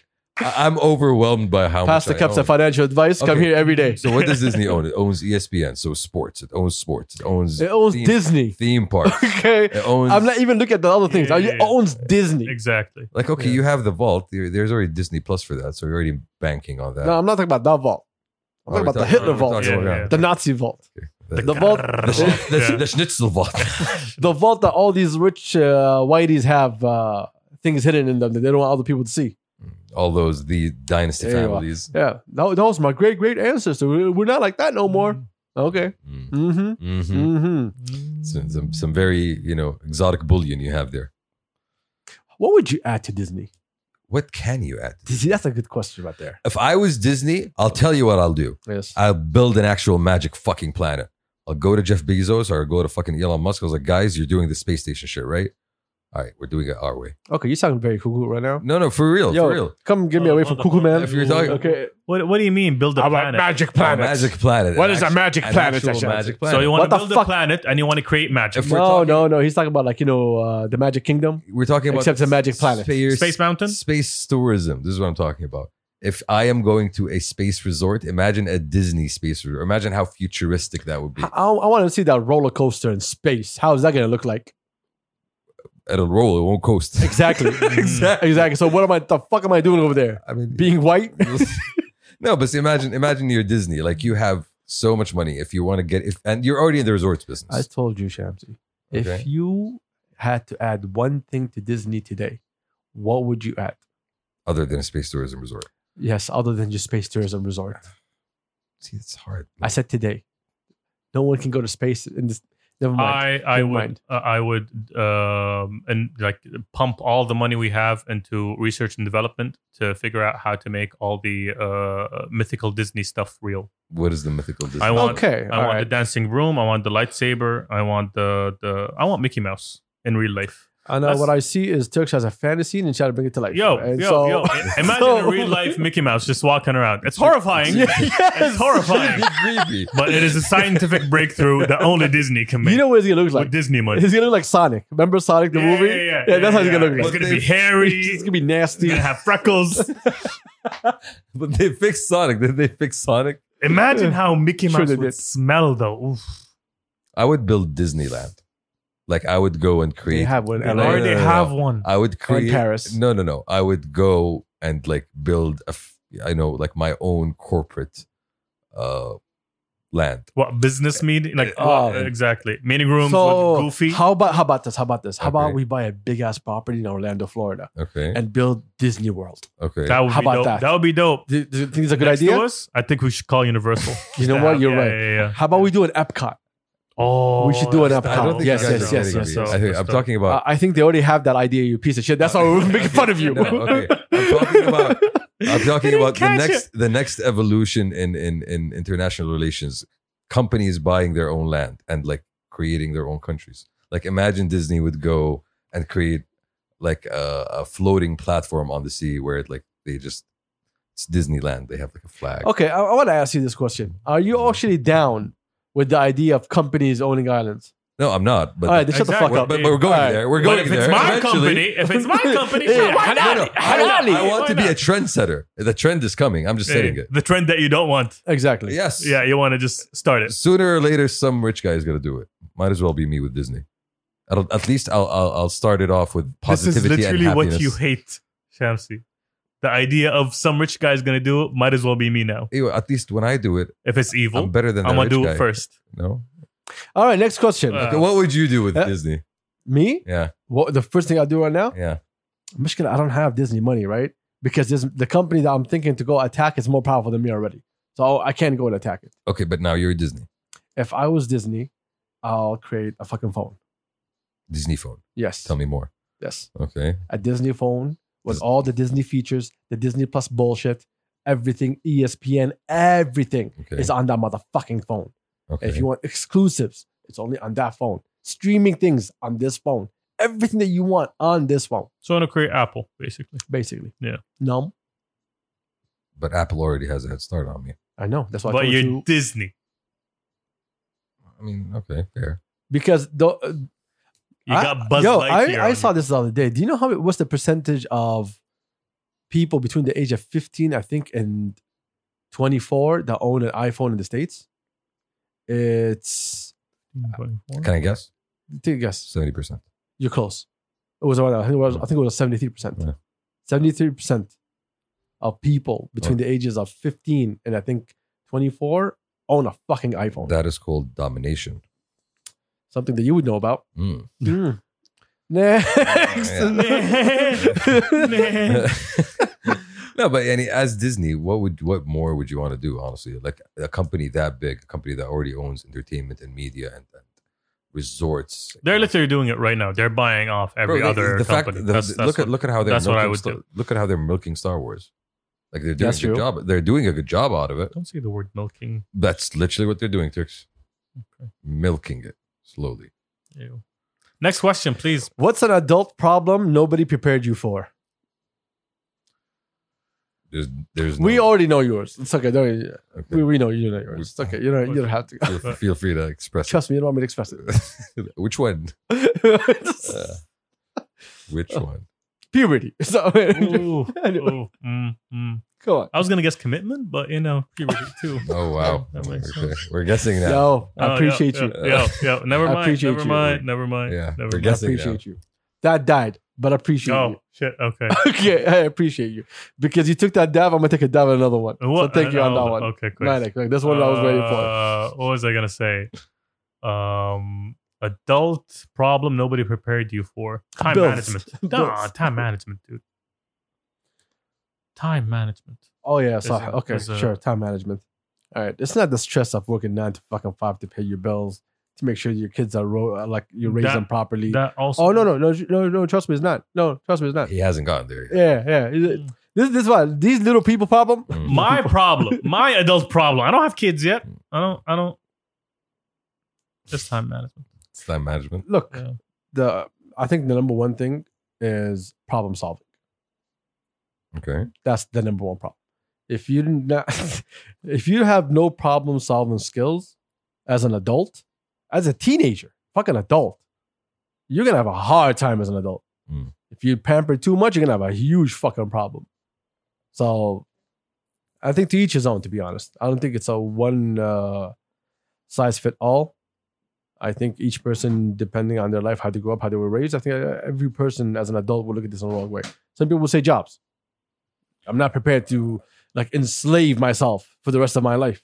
S2: I- I'm overwhelmed by how
S1: Pass the
S2: much I
S1: cups of
S2: own.
S1: financial advice. Come
S2: Okay.
S1: here every day.
S2: So what does Disney own? It owns E ESPN, so sports. It owns sports. It owns
S1: It owns
S2: theme,
S1: Disney.
S2: theme park.
S1: Okay.
S2: It owns
S1: I'm not even looking at the other things.
S3: Yeah, yeah,
S1: It
S3: yeah.
S1: owns Disney.
S3: Exactly.
S2: like okay,
S1: Yeah.
S2: you have the vault. There- There's already Disney Plus for that, so you're already banking on that.
S1: No, I'm not talking about that vault. I'm
S2: Oh,
S1: talking
S2: we're
S1: about the
S2: talking-
S1: Hitler
S2: we're
S1: vault,
S2: talking
S3: Yeah,
S2: about-
S1: the Nazi vault,
S2: The-
S1: the vault,
S2: The,
S1: Yeah.
S2: schni- the,
S3: Yeah.
S2: the Schnitzel vault.
S1: the vault that all these rich uh, whiteys have uh, things hidden in them that they don't want other people to see.
S2: All those the dynasty
S1: There you are.
S2: families.
S1: Yeah, that, that was my great great ancestor. We- We're not like that no more. Okay.
S2: Mm.
S1: Mm-hmm.
S2: Mhm.
S1: Mm-hmm.
S2: Some, some some very you know exotic bullion you have there.
S1: What would you add to Disney?
S2: What can you add?
S1: See, that's a good question right there. Uh,
S2: If I was Disney, I'll tell you what I'll do.
S1: Yes.
S2: I'll build an actual magic fucking planet. I'll go to Jeff Bezos or I'll go to fucking Elon Musk. I was like, guys, you're doing the space station shit, right? All right, we're doing it our way.
S1: Okay, you sounding very cuckoo right now.
S2: No, no, for real,
S1: Yo,
S2: for real.
S1: come get me away from cuckoo man.
S2: If you're talking-
S1: okay.
S3: What, what do you mean build a planet?
S1: magic
S2: A magic planet.
S1: What
S2: An
S1: is a
S2: actu-
S1: magic
S2: an
S1: planet,
S2: actual
S1: Sasha?
S2: magic planet.
S3: So you
S1: What
S3: want
S1: the
S3: to build
S1: fuck?
S3: a planet and you want to create magic.
S2: If
S1: No,
S2: we're talking-
S1: no, no. He's talking about like you know uh, the magic kingdom.
S2: we're talking about
S1: Except it's a magic planet.
S2: Space,
S3: Space Mountain?
S2: Space tourism. This is what I'm talking about. If I am going to a space resort, imagine a Disney space resort. Imagine how futuristic that would be.
S1: I, I want to see that roller coaster in space. How is that going to look like?
S2: It'll roll. It won't coast.
S1: Exactly.
S2: exactly.
S1: exactly. So what am I? The fuck am I doing over there?
S2: I mean,
S1: Being white?
S2: no, but see, imagine imagine you're Disney. Like you have so much money. If you want to get, if and you're already in the resorts
S1: I
S2: business.
S1: told you, Shamsi. If
S2: Okay.
S1: you had to add one thing to Disney today, what would you add?
S2: other than a space tourism resort.
S1: Yes, other than just space tourism resort.
S2: See, it's hard.
S1: I said today. No one can go to space in this Never mind.
S3: I I
S1: Never
S3: would
S1: mind.
S3: uh, I would um and like pump all the money we have into research and development to figure out how to make all the uh mythical Disney stuff real.
S2: What is the mythical Disney?
S3: I want-
S1: okay.
S3: I
S1: all
S3: want
S1: right.
S3: the dancing room. I want the lightsaber. I want the the I want Mickey Mouse in real life.
S1: I know
S3: that's-
S1: what I see is Turks has a fantasy and try to bring it to life.
S3: Yo,
S1: right?
S3: yo,
S1: So-
S3: yo! Imagine
S1: so-
S3: a real life Mickey Mouse just walking around. It's horrifying,
S1: Yeah, yes.
S3: It's horrifying.
S2: creepy.
S3: but it is a scientific breakthrough that only Disney can make
S1: You know what it's gonna look
S3: with
S1: like?
S3: Disney money.
S1: He's gonna look like Sonic. Remember Sonic the
S3: Yeah,
S1: movie?
S3: yeah, yeah, yeah,
S1: that's how he's gonna
S3: yeah.
S1: look
S3: It's
S1: like.
S2: But
S3: gonna be hairy.
S1: It's
S3: It's
S1: gonna be nasty.
S3: gonna have freckles.
S2: But they fixed Sonic. Did they fix Sonic?
S3: Imagine how Mickey
S1: Sure
S3: Mouse
S1: they
S3: would
S1: did.
S3: smell though. Oof.
S2: I would build Disneyland. Like I would go and
S1: They Uh,
S2: create.
S1: have one.
S2: Yeah,
S1: in
S3: They
S1: LA.
S2: no, no,
S3: already
S2: no, no.
S3: have one.
S2: I would
S1: Or in
S2: create.
S1: Paris.
S2: No, no, no. I would go and like build a. F- I know, like my own corporate, uh, land.
S3: What business meeting? Like
S1: Uh,
S3: what- exactly meeting rooms
S1: So
S3: with Goofy.
S1: how about how about this? How about this? How about
S2: Okay.
S1: we buy a big ass property in Orlando, Florida,
S2: Okay.
S1: and build Disney World?
S2: Okay.
S3: that would
S1: how
S3: be
S1: about
S3: dope.
S1: that?
S3: That? would be dope.
S1: Do, do you think it's a good
S3: Next to
S1: idea?
S3: us, I think we should call Universal.
S1: You know
S3: Yeah,
S1: what? You're
S3: yeah,
S1: right.
S3: Yeah, yeah.
S1: How about we do an Epcot?
S3: Oh,
S1: We should do an
S3: that's
S1: upcoming.
S2: I don't
S3: dope.
S2: think
S1: Yes,
S2: you guys
S1: yes,
S2: are
S1: yes,
S2: getting
S1: yes,
S2: me.
S1: yes.
S2: I think,
S3: That's
S2: I'm
S3: dope.
S2: talking
S1: Uh,
S2: about.
S1: I think they already have that idea. You piece of shit. That's why we're making fun of you.
S2: No, okay. I'm talking about I'm talking about the next the next evolution in, in in international relations. Companies buying their own land and like creating their own countries. Like imagine Disney would go and create like a, a floating platform on the sea where it like they just it's Disneyland. They have like a flag.
S1: Okay, I, I want to ask you this question: Are you actually down with the idea of companies owning islands?
S2: No, I'm not. But
S1: All right, then shut the
S3: Exactly.
S1: fuck
S2: but,
S1: up.
S2: but we're going
S1: Alright.
S2: there. We're
S3: But
S2: going
S3: if
S2: there.
S3: it's my
S2: eventually.
S3: company, if it's my company,
S1: Yeah,
S3: sure,
S1: yeah.
S3: why
S2: No,
S3: not?
S2: no. I,
S1: Halal.
S2: want- I want
S3: Why
S2: to be a
S3: not?
S2: trendsetter. The trend is coming. I'm just setting
S3: Yeah,
S2: it.
S3: The trend that you don't want.
S1: Exactly.
S2: Yes.
S3: Yeah, you want to just start it.
S2: sooner or later some rich guy is going to do it might as well be me with disney I'll, at least I'll, I'll i'll start it off with positivity
S3: this is literally
S2: and
S3: what
S2: happiness.
S3: you hate, Shamsi. The idea of some rich guy's gonna do it might as well be me now.
S2: Anyway, at least when i do it
S3: If it's evil,
S2: i'm
S3: I'm,
S2: better than that
S3: gonna
S2: rich
S3: do
S2: guy.
S3: it first.
S2: no
S1: All right, next question.
S3: Uh,
S2: Okay, what would you do with
S1: Uh,
S2: disney
S1: Me?
S2: yeah
S1: What the first thing I do right now?
S2: yeah
S1: I'm just gonna. I don't have Disney money, right? Because this, the company that I'm thinking to go attack is more powerful than me already, so I can't go and attack it.
S2: okay but now you're disney
S1: If I was Disney, I'll create a fucking phone.
S2: disney phone
S1: Yes.
S2: tell me more
S1: Yes.
S2: okay
S1: a Disney phone with
S2: Dis-
S1: all the Disney features, the Disney Plus bullshit, everything, E ESPN, everything
S2: okay
S1: is on that motherfucking phone.
S2: okay
S1: And If you want exclusives, it's only on that phone. Streaming things on this phone. Everything that you want on this phone,
S3: So I'm gonna create Apple, basically.
S1: basically.
S3: Yeah.
S1: Numb.
S2: but apple already has a head start on me
S1: I know. That's why I
S3: but
S1: told
S3: you're
S1: you.
S3: Disney.
S2: i mean okay fair
S1: because the,
S3: You
S1: I-
S3: got Buzz
S1: yo,
S3: Lightyear.
S1: I, I
S3: on
S1: saw
S3: you.
S1: this the other day. Do you know how it, what's the percentage of people between the age of 15, I think, and 24 that own an iPhone in the States? It's,
S2: can i guess
S1: take a guess.
S2: 70%
S1: You're close. It was around, I think it was, I think it was 73%.
S2: Yeah.
S1: 73% of people between the ages of 15 and I think 24 own a fucking iPhone.
S2: that is called domination
S1: Something that you would know about.
S2: Mm.
S1: Mm. Next.
S2: no, but any as Disney, what would what more would you want to do? Honestly, like a company that big, a company that already owns entertainment and media and, and resorts.
S3: They're literally doing it right now. They're buying off every
S2: Bro,
S3: other company.
S2: the-
S3: that's, that's
S2: look at
S3: what-
S2: look at how they're
S3: that's what I
S2: milking
S3: would
S2: Star-
S3: do.
S2: look at how they're milking Star Wars. Like they're doing
S1: That's
S2: a good
S1: true.
S2: job. They're doing a good job out of it.
S3: Don't say the word milking.
S2: That's literally what they're doing, Turks.
S3: Okay.
S2: Milking it slowly.
S3: Ew. Next question, please.
S1: What's an adult problem nobody prepared you for?
S2: There's there's no,
S1: We already know yours. It's okay. Don't,
S2: okay.
S1: we, we know you know yours. It's okay. You don't, you don't have to.
S2: feel, feel free to express.
S1: Trust me, you don't want me to express
S2: it. Which one? Uh,
S1: it.
S2: which
S1: Oh.
S2: one?
S1: Puberty. So,
S3: Ooh,
S1: anyway,
S3: ooh, mm, mm.
S1: come on.
S3: I was gonna guess commitment, but you know, puberty too.
S2: Oh wow!
S3: That makes
S2: Okay. We're guessing now.
S1: Yo,
S3: Oh,
S1: I appreciate
S3: yeah,
S1: you.
S3: Yeah, yeah, yeah. never
S1: I
S3: mind.
S1: appreciate
S3: Never
S1: you.
S3: mind. Never mind.
S2: Yeah,
S3: never
S2: we're
S3: mind.
S1: I
S2: guessing
S1: appreciate you. That died, but I appreciate
S3: Oh
S1: you.
S3: shit. Okay.
S1: Okay, I appreciate you because you took that dive. I'm gonna take a dive on another one.
S3: What-
S1: So thank you on
S3: oh,
S1: that one.
S3: Okay, cool.
S1: Manic, like that's one I was waiting for.
S3: Uh, What was I gonna say? Um, adult problem nobody prepared you for. Time
S1: Bills.
S3: management. Nah,
S1: Bills.
S3: time management, dude. Time management.
S1: Oh yeah, so
S3: There's a-
S1: okay,
S3: there's a-
S1: sure. Time management. All right, it's not the stress of working nine to fucking five to pay your bills, to make sure your kids are ro- like you raise
S3: That-
S1: them properly.
S3: That also.
S1: oh no, no, no, no, no! Trust me, it's not. No, trust me, it's not.
S2: He hasn't gotten there. yet.
S1: Yeah, yeah. Is it- This, this is why these little people problem.
S2: Mm.
S3: My problem. My adult problem. I don't have kids yet. I don't. I don't. Just time management.
S2: It's time management.
S1: Look,
S3: Yeah.
S1: the I think the number one thing is problem solving.
S2: Okay.
S1: That's the number one problem. If you did not, if you have no problem solving skills as an adult, as a teenager, fucking adult, you're gonna have a hard time as an adult.
S2: Mm.
S1: If you pamper too much, you're gonna have a huge fucking problem. So, I think to each his own. To be honest, I don't think it's a one uh, size fit all. I think each person, depending on their life, how they grew up, how they were raised, I think uh, every person as an adult will look at this in the wrong way. Some people will say jobs. I'm not prepared to like enslave myself for the rest of my life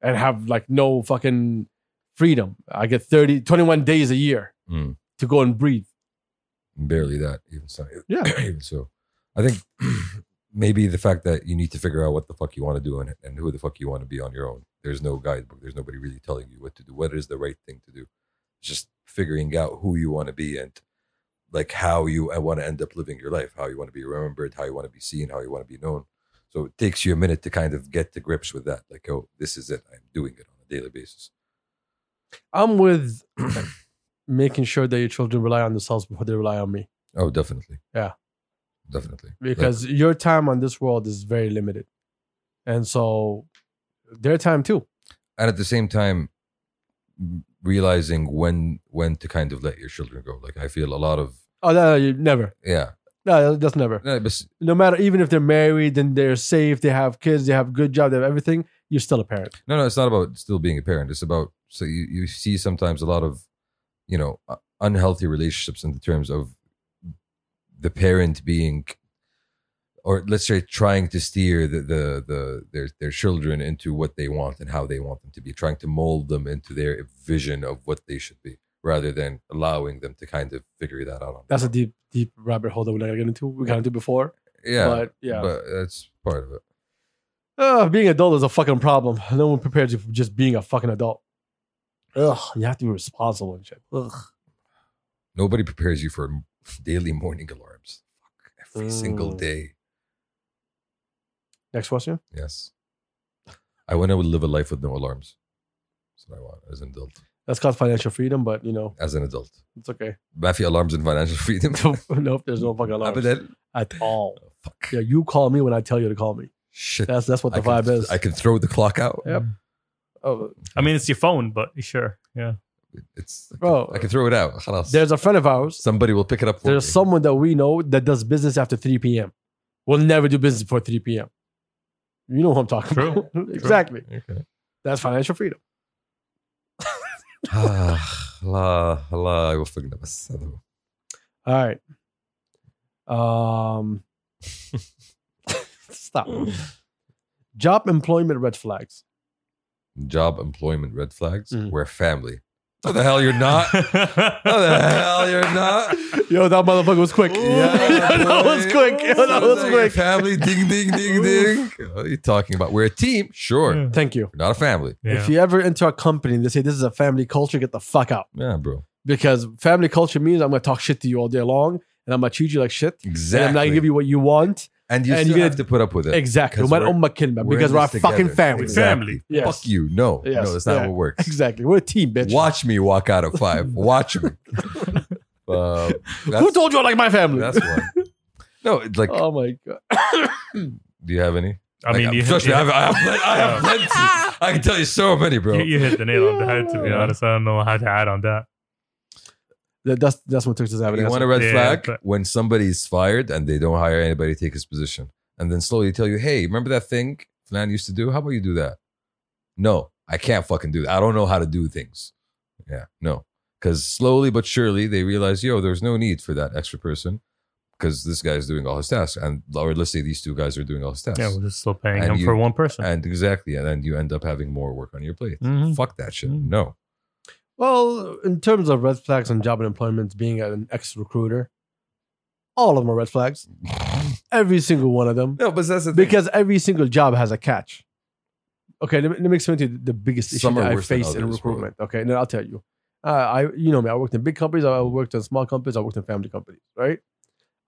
S1: and have like no fucking freedom. I get 30, 21 days a year
S2: Mm.
S1: to go and breathe.
S2: Barely that. Even so.
S1: Yeah.
S2: even so. I think maybe the fact that you need to figure out what the fuck you want to do and, and who the fuck you want to be on your own. There's no guidebook. There's nobody really telling you what to do. What is the right thing to do? It's just figuring out who you want to be and like how you want to end up living your life, how you want to be remembered, how you want to be seen, how you want to be known. So it takes you a minute to kind of get to grips with that. Like, oh, this is it. I'm doing it on a daily basis.
S1: I'm with making sure that your children rely on themselves before they rely on me
S2: Oh, definitely.
S1: Yeah.
S2: Definitely. Like,
S1: because your time on this world is very limited. And so their time too.
S2: and at the same time m- realizing when when to kind of let your children go like i feel a lot of
S1: Oh, no, no, you never.
S2: yeah
S1: No, that's never.
S2: no, but
S1: No matter, even if they're married and they're safe, they have kids, they have good job, they have everything, you're still a parent.
S2: no no it's not about still being a parent it's about so you, you see sometimes a lot of you know uh, unhealthy relationships in the terms of the parent being or let's say trying to steer the, the the their their children into what they want and how they want them to be trying to mold them into their vision of what they should be rather than allowing them to kind of figure that out on
S1: That's
S2: their
S1: a deep, deep rabbit hole that we're not gonna get into. We got into before.
S2: own. yeah
S1: But yeah.
S2: But that's part of it.
S1: Ugh, being adult is a fucking problem. No one prepares you for just being a fucking adult. Ugh, you have to be responsible and shit. Ugh.
S2: Nobody prepares you for daily morning alarms. Fuck, every single
S1: Mm.
S2: day.
S1: Next question.
S2: Yes. I want to live a life with no alarms. That's what I want as an adult.
S1: That's called financial freedom, but you know,
S2: As an adult.
S1: it's okay.
S2: ما في alarms in financial freedom.
S1: nope, there's no fucking alarm
S2: أبداً.
S1: at all.
S2: Oh, fuck.
S1: Yeah, you call me when I tell you to call me.
S2: Shit.
S1: That's that's what the
S2: I
S1: vibe
S2: can,
S1: is.
S2: I can throw the clock out.
S1: Yep. Oh,
S3: I mean, it's your phone, but sure. Yeah.
S2: It's I can,
S1: Bro.
S2: I can throw it out. خلاص.
S1: there's a friend of ours.
S2: Somebody will pick it up. for
S1: There's
S2: me.
S1: someone that we know that does business after 3 p.m. We'll never do business before 3 p.m. You know who I'm talking
S3: True.
S1: about. exactly.
S2: Okay.
S1: That's financial freedom.
S2: آه، الله الله يوفقنا بس هذا هو.
S1: All right. Um, stop. Job employment red flags.
S2: job employment red flags.
S1: Mhm.
S2: We're family. No the hell you're not. No the hell you're not.
S1: Yo, that motherfucker was quick.
S2: Yeah,
S1: that
S2: boy.
S1: was quick. Yo, that
S2: So
S1: was
S2: now you're
S1: quick.
S2: Family, ding, ding, ding, ding. What are you talking about? We're a team, sure.
S3: Yeah.
S1: Thank you.
S2: We're not a family.
S1: If you ever enter a company and they say this is a family culture, get the fuck out.
S2: Yeah, bro.
S1: Because family culture means I'm gonna talk shit to you all day long and I'm gonna treat you like shit.
S2: Exactly.
S1: And I'm not gonna give you what you want.
S2: And you
S1: and
S2: still
S1: you're
S2: have
S1: gonna-
S2: to put up with it.
S1: Exactly.
S2: Because
S1: We're
S2: we're-
S1: umma kinna,
S2: We're
S1: because
S2: in
S1: we're a
S2: this
S1: fucking
S2: together.
S1: family.
S2: Exactly.
S1: Yes.
S2: Fuck you. No.
S1: Yes.
S2: No, that's not
S1: Yeah.
S2: how it works.
S1: Exactly. We're a team, bitch.
S2: Watch me walk out of five. Watch me. Uh,
S1: Who
S2: that's,
S1: told you I like my family?
S2: that's one. No, it's like,
S1: oh my god.
S2: do you have any?
S3: I
S2: Like,
S3: mean, you,
S2: trust
S3: you,
S2: me, I have, I have, plen- I have plenty. I can tell you so many, bro.
S3: you, you hit the nail on the head, to be
S2: Yeah.
S3: honest. I don't know how to add on that.
S1: That- that's that's what Texas
S2: You
S1: Avenue.
S2: want a red
S3: Yeah,
S2: flag
S3: but-
S2: when somebody's fired and they don't hire anybody to take his position, and then slowly tell you, "Hey, remember that thing Flan used to do? How about you do that?" No, I can't fucking do that. I don't know how to do things. Yeah, no, because slowly but surely they realize, yo, there's no need for that extra person because this guy's doing all his tasks, and or let's say these two guys are doing all his tasks.
S3: Yeah, we're just still paying
S2: And
S3: him
S2: you-
S3: for one person.
S2: and exactly, and then you end up having more work on your plate.
S3: Mhm.
S2: Fuck that shit.
S3: Mhm.
S2: No.
S1: Well, in terms of red flags on job and employment, being an ex recruiter, all of them are red flags. Every single one of them.
S2: No, but that's the
S1: Because every single job has a catch. Okay, let me, let me explain to you the biggest issue
S2: Some are
S1: that I
S2: worse than
S1: face in
S2: others, bro.
S1: recruitment. Okay, and then I'll tell you. Uh, I, you know me. I worked in big companies. I worked in small companies. I worked in family companies. Right.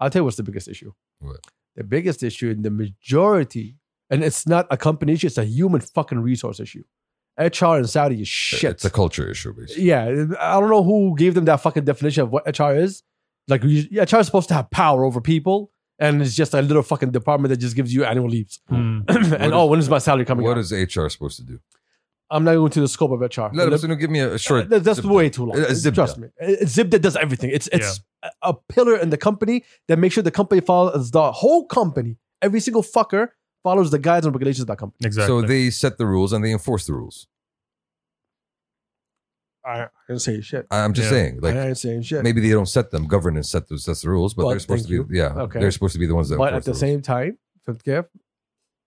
S1: I'll tell you what's the biggest issue.
S2: What?
S1: The biggest issue in the majority, and it's not a company issue. It's a human fucking resource issue. HR in Saudi is shit.
S2: It's a culture issue, basically.
S1: yeah, I don't know who gave them that fucking definition of what HR is. Like you- HR is supposed to have power over people, and it's just a little fucking department that just gives you annual leaves.
S3: Mm.
S1: and
S2: is-
S1: oh, when is my salary coming?
S2: What
S1: out?
S2: is HR supposed to do?
S1: I'm not going to the scope of HR.
S2: No,
S1: Let-
S2: no, give me a
S1: uh,
S2: short.
S1: that- that's
S2: zip
S1: way
S2: down.
S1: too long.
S2: A- a Uh, zip
S1: Trust
S2: down.
S1: me. A- a Zip that does everything. It's it's a a pillar in the company that makes sure the company follows the whole company. Every single fucker follows the guides and regulations of that company.
S3: Exactly.
S2: So they set the rules and they enforce the rules.
S1: I, I didn't say shit.
S2: I'm just
S3: Yeah.
S2: saying, like
S1: I ain't saying shit.
S2: maybe they don't set them. Governance set those sets the rules, but
S1: Well,
S2: they're supposed to
S1: thank
S2: be. Yeah,
S1: Okay.
S2: they're supposed to be the ones that.
S1: but
S2: enforce
S1: at the
S2: rules.
S1: same time, fifth gift,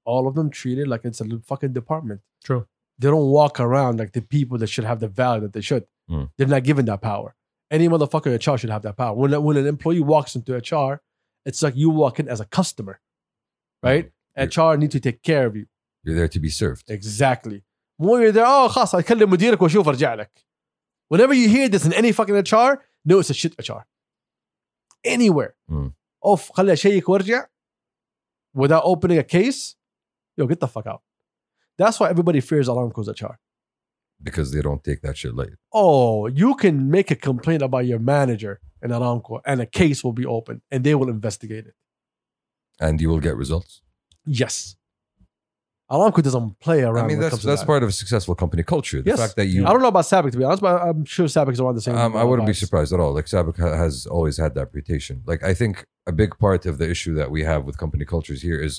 S1: all of them treated like it's a little fucking department.
S3: True.
S1: They don't walk around like the people that should have the value that they should.
S2: Mm.
S1: They're not given that power. Any motherfucker in HR should have that power. When, when an employee walks into HR, it's like you walk in as a customer, right? HR need to take care of you.
S2: You're there to be served.
S1: Exactly. When you're there, oh, خلاص هكلم مديرك واشوف ارجع لك. Whenever you hear this in any fucking HR, no, it's a shit HR. Anywhere.
S2: Mm.
S1: اوف خلي اشيك وارجع without opening a case, yo, get the fuck out. That's why everybody fears Alarmco's HR.
S2: because they don't take that shit light.
S1: Oh, you can make a complaint about your manager in Aramco and a case will be open and they will investigate it.
S2: And you will get results.
S1: Yes. Aramco doesn't play around.
S2: I
S1: when
S2: mean,
S1: it
S2: that's
S1: comes to
S2: that's
S1: that.
S2: part of a successful company culture. The
S1: Yes.
S2: fact that you,
S1: I don't know about SABIC to be honest, but I'm sure SABIC is around the same.
S2: um, I wouldn't be
S1: vibes.
S2: surprised at all. Like Sabic ha- has always had that reputation. Like I think a big part of the issue that we have with company cultures here is,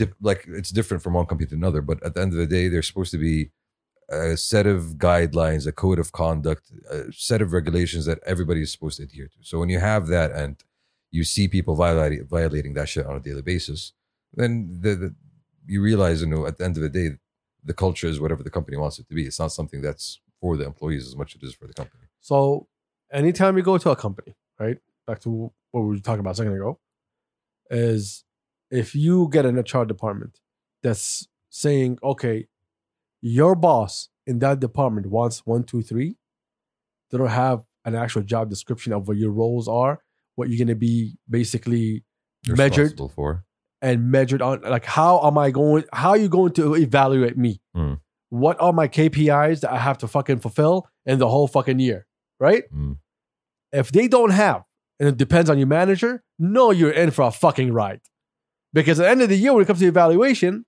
S2: dip, like it's different from one company to another. But at the end of the day, there's supposed to be a set of guidelines, a code of conduct, a set of regulations that everybody is supposed to adhere to. So when you have that and you see people violating violating that shit on a daily basis, then the, the you realize, you know, at the end of the day, the culture is whatever the company wants it to be. It's not something that's for the employees as much as it is for the company.
S1: So, anytime you go to a company, right? Back to what we were talking about a second ago, is if you get an HR department that's saying, okay, your boss in that department wants one, two, three, they don't have an actual job description of what your roles are, what you're going to be basically
S2: You're
S1: measured
S2: responsible for.
S1: and measured on like how am I going how are you going to evaluate me?
S2: Mm.
S1: What are my KPIs that I have to fucking fulfill in the whole fucking year? Right?
S2: Mm.
S1: If they don't have, and it depends on your manager, no, you're in for a fucking ride. Because at the end of the year, when it comes to evaluation,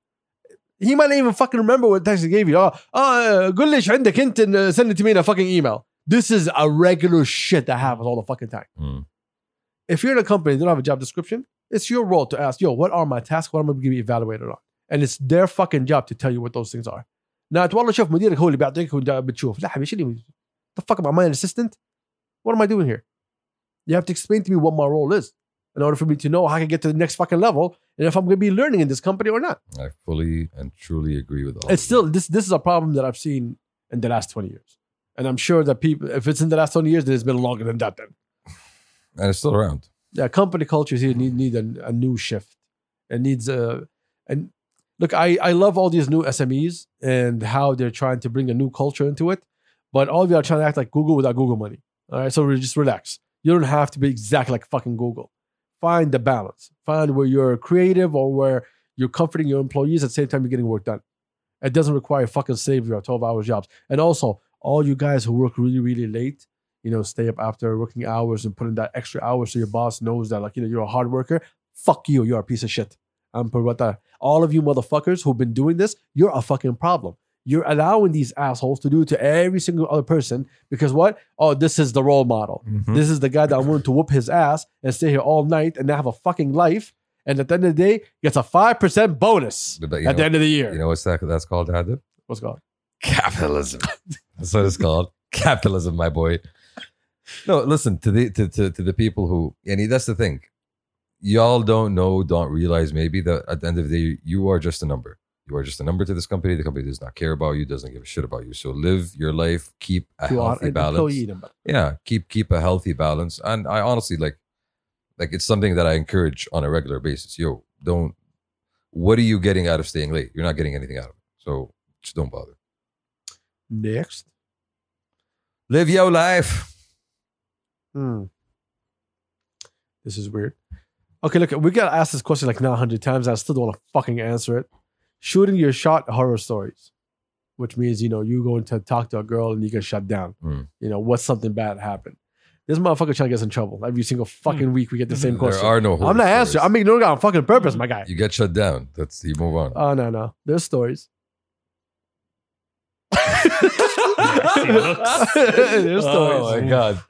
S1: he might not even fucking remember what text he gave you. Oh, uh, قل لي إيش عندك أنت and send it to me in a fucking email. This is a regular shit that happens all the fucking time
S2: Mm.
S1: if you're in a company that don't have a job description, it's your role to ask, yo, what are my tasks? What am I going to be evaluated on? And it's their fucking job to tell you what those things are. Not والله شوف مديرك هو اللي بيعطيك وده بتشوف لا حبيبي شو اللي- the fuck am I, am I an assistant? What am I doing here? You have to explain to me what my role is in order for me to know how I can get to the next fucking level and if I'm going to be learning in this company or not.
S2: I fully and truly agree with all.
S1: It's
S2: of
S1: still this. This is a problem that I've seen in the last twenty years, and I'm sure that people, if it's in the last twenty years, then it's been longer than that. Then
S2: you. and it's still around.
S1: yeah, company cultures here need need a, a new shift. It needs a and look, I I love all these new SMEs and how they're trying to bring a new culture into it, but all of you are trying to act like Google without Google money. All right, so we just relax. You don't have to be exactly like fucking Google. Find the balance. Find where you're creative or where you're comforting your employees at the same time you're getting work done. It doesn't require fucking slavery or 12 hour jobs. And also, all you guys who work really, really late, you know, stay up after working hours and put in that extra hour so your boss knows that, like, you know, you're a hard worker. Fuck you. You're a piece of shit. I'm Parvata. All of you motherfuckers who've been doing this, you're a fucking problem. You're allowing these assholes to do it to every single other person because what? Oh, this is the role model.
S2: Mm-hmm.
S1: This is the guy that I'm willing to whoop his ass and stay here all night and not have a fucking life. And at the end of the day, gets a 5% bonus
S2: But you,
S1: at the
S2: know,
S1: end of the year.
S2: you know what's that? That's called Adib?
S1: What's going on?
S2: Capitalism. that's what it's called. Capitalism, my boy. No, listen to the to, to, to the people who and that's the thing. Y'all don't know, don't realize maybe that at the end of the day, you are just a number. You are just a number to this company. The company does not care about you, doesn't give a shit about you. So live your life, keep a
S1: You are
S2: healthy
S1: an
S2: balance.
S1: employee number.
S2: yeah keep keep a healthy balance and i honestly like like it's something that i encourage on a regular basis yo don't what are you getting out of staying late you're not getting anything out of it so Just don't bother.
S1: Next.
S2: Live your life.
S1: Hmm. This is weird. Okay, look, we got asked this question like 900 times. I still don't want to fucking answer it. Shooting your shot horror stories, which means, you know, you going to talk to a girl and you get shut down.
S2: Hmm.
S1: You know, what's something bad happened? This motherfucker trying to get us in trouble. Every single fucking week we get the same
S2: Hmm. There
S1: question.
S2: are no. horror
S1: I'm not answering.
S2: stories.
S1: I'm ignoring it on fucking purpose, my guy.
S2: You get shut down. That's you move on.
S1: Oh, no, no. There's stories.
S3: see looks.
S1: There's stories.
S2: oh my god.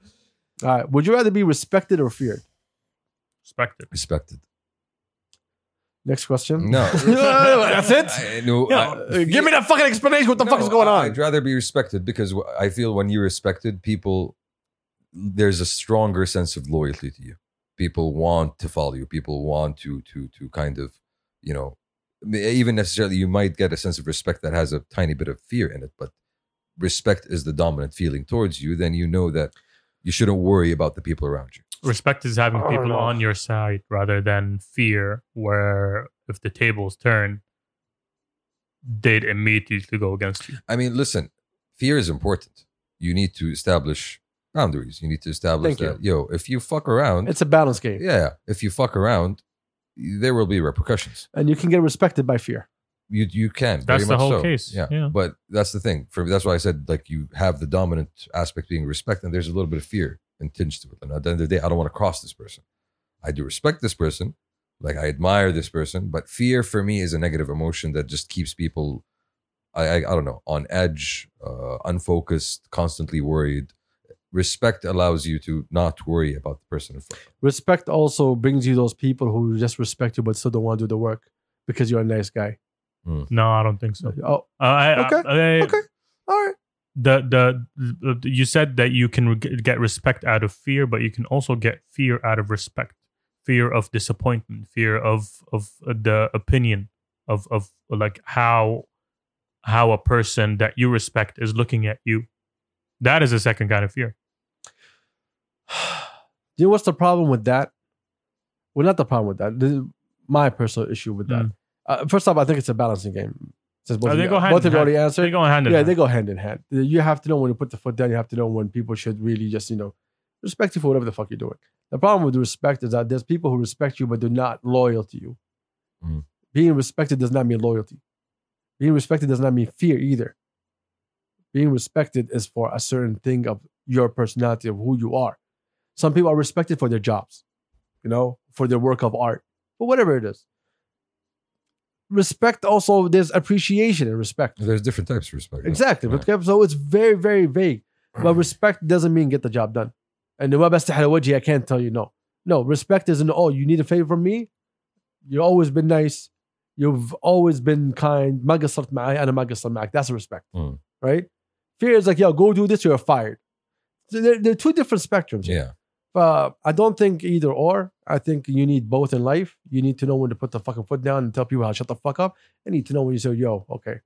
S1: All right. Would you rather be respected or feared?
S3: Respect it.
S2: Respected.
S1: Next question.
S2: No.
S1: That's it?
S2: I, no,
S1: Yeah,
S2: I-
S1: uh, give me that fucking explanation. What the fuck
S2: No,
S1: is going
S2: I-
S1: on?
S2: I'd rather be respected because wh- I feel when you're respected, people there's a stronger sense of loyalty to you. People want to follow you. People want to to to kind of you know m- even necessarily you might get a sense of respect that has a tiny bit of fear in it, but respect is the dominant feeling towards you. Then you know that you shouldn't worry about the people around you.
S3: Respect is having
S1: I don't
S3: people
S1: know.
S3: on your side rather than fear, where if the tables turn, they'd immediately go against you.
S2: I mean, listen, fear is important. You need to establish boundaries. You need to establish
S1: Thank
S2: that yo, if you fuck around,
S1: It's a balance game.
S2: yeah, if you fuck around, there will be repercussions.
S1: And you can get respected by fear.
S2: You you can. very
S3: That's the
S2: much
S3: whole
S2: so.
S3: case.
S2: Yeah.
S3: Yeah.
S2: But that's the thing. For that's why I said like you have the dominant aspect being respect, and there's a little bit of fear tinged to it. And at the end of the day, I don't want to cross this person. I do respect this person, like I admire this person, but fear for me is a negative emotion that just keeps people, I I, I don't know, on edge, uh, unfocused, constantly worried. Respect allows you to not worry about the person in front.
S1: Respect also brings you those people who just respect you but still don't want to do the work because you're a nice guy.
S3: No, I don't think so.
S1: Oh,
S3: Uh, I,
S1: Okay,
S3: I- I-
S1: okay. all right.
S3: The, the the- you said that you can re- get respect out of fear, but you can also get fear out of respect, fear of disappointment, fear of of uh, the opinion of of like how how a person that you respect is looking at you. That is a second kind of fear.
S1: You know what's the problem with that? Well, not the problem with that. This is my personal issue with that. Uh, first off, I think it's a balancing game. Since both
S3: Hmm. Uh,
S1: of
S3: they
S1: you,
S3: go hand
S1: both
S3: in
S1: of you already
S3: So you
S1: answered.
S3: go hand in
S1: yeah,
S3: hand.
S1: they go hand in hand. You have to know when you put the foot down. You have to know when people should really just, you know, respect you for whatever the fuck you're doing. The problem with respect is that there's people who respect you but they're not loyal to you.
S2: Mm.
S1: Being respected does not mean loyalty. Being respected does not mean fear either. Being respected is for a certain thing of your personality, of who you are. Some people are respected for their jobs, you know, for their work of art, or whatever it is. Respect also, there's appreciation and respect.
S2: There's different types of respect.
S1: Exactly.
S2: Yeah.
S1: Okay, So it's very, very vague. But respect doesn't mean get the job done. And the best I can't tell you no. No, respect isn't oh, you need a favor from me. You've always been nice. You've always been kind. ما قصرت معي أنا ما قصر معك. That's respect.
S2: Mm.
S1: Right? Fear is like, yo, go do this, you're fired. So there, there are two different spectrums.
S2: Yeah.
S1: But I don't think either or. I think you need both in life. You need to know when to put the fucking foot down and tell people how to shut the fuck up. And you need to know when you say, yo, okay,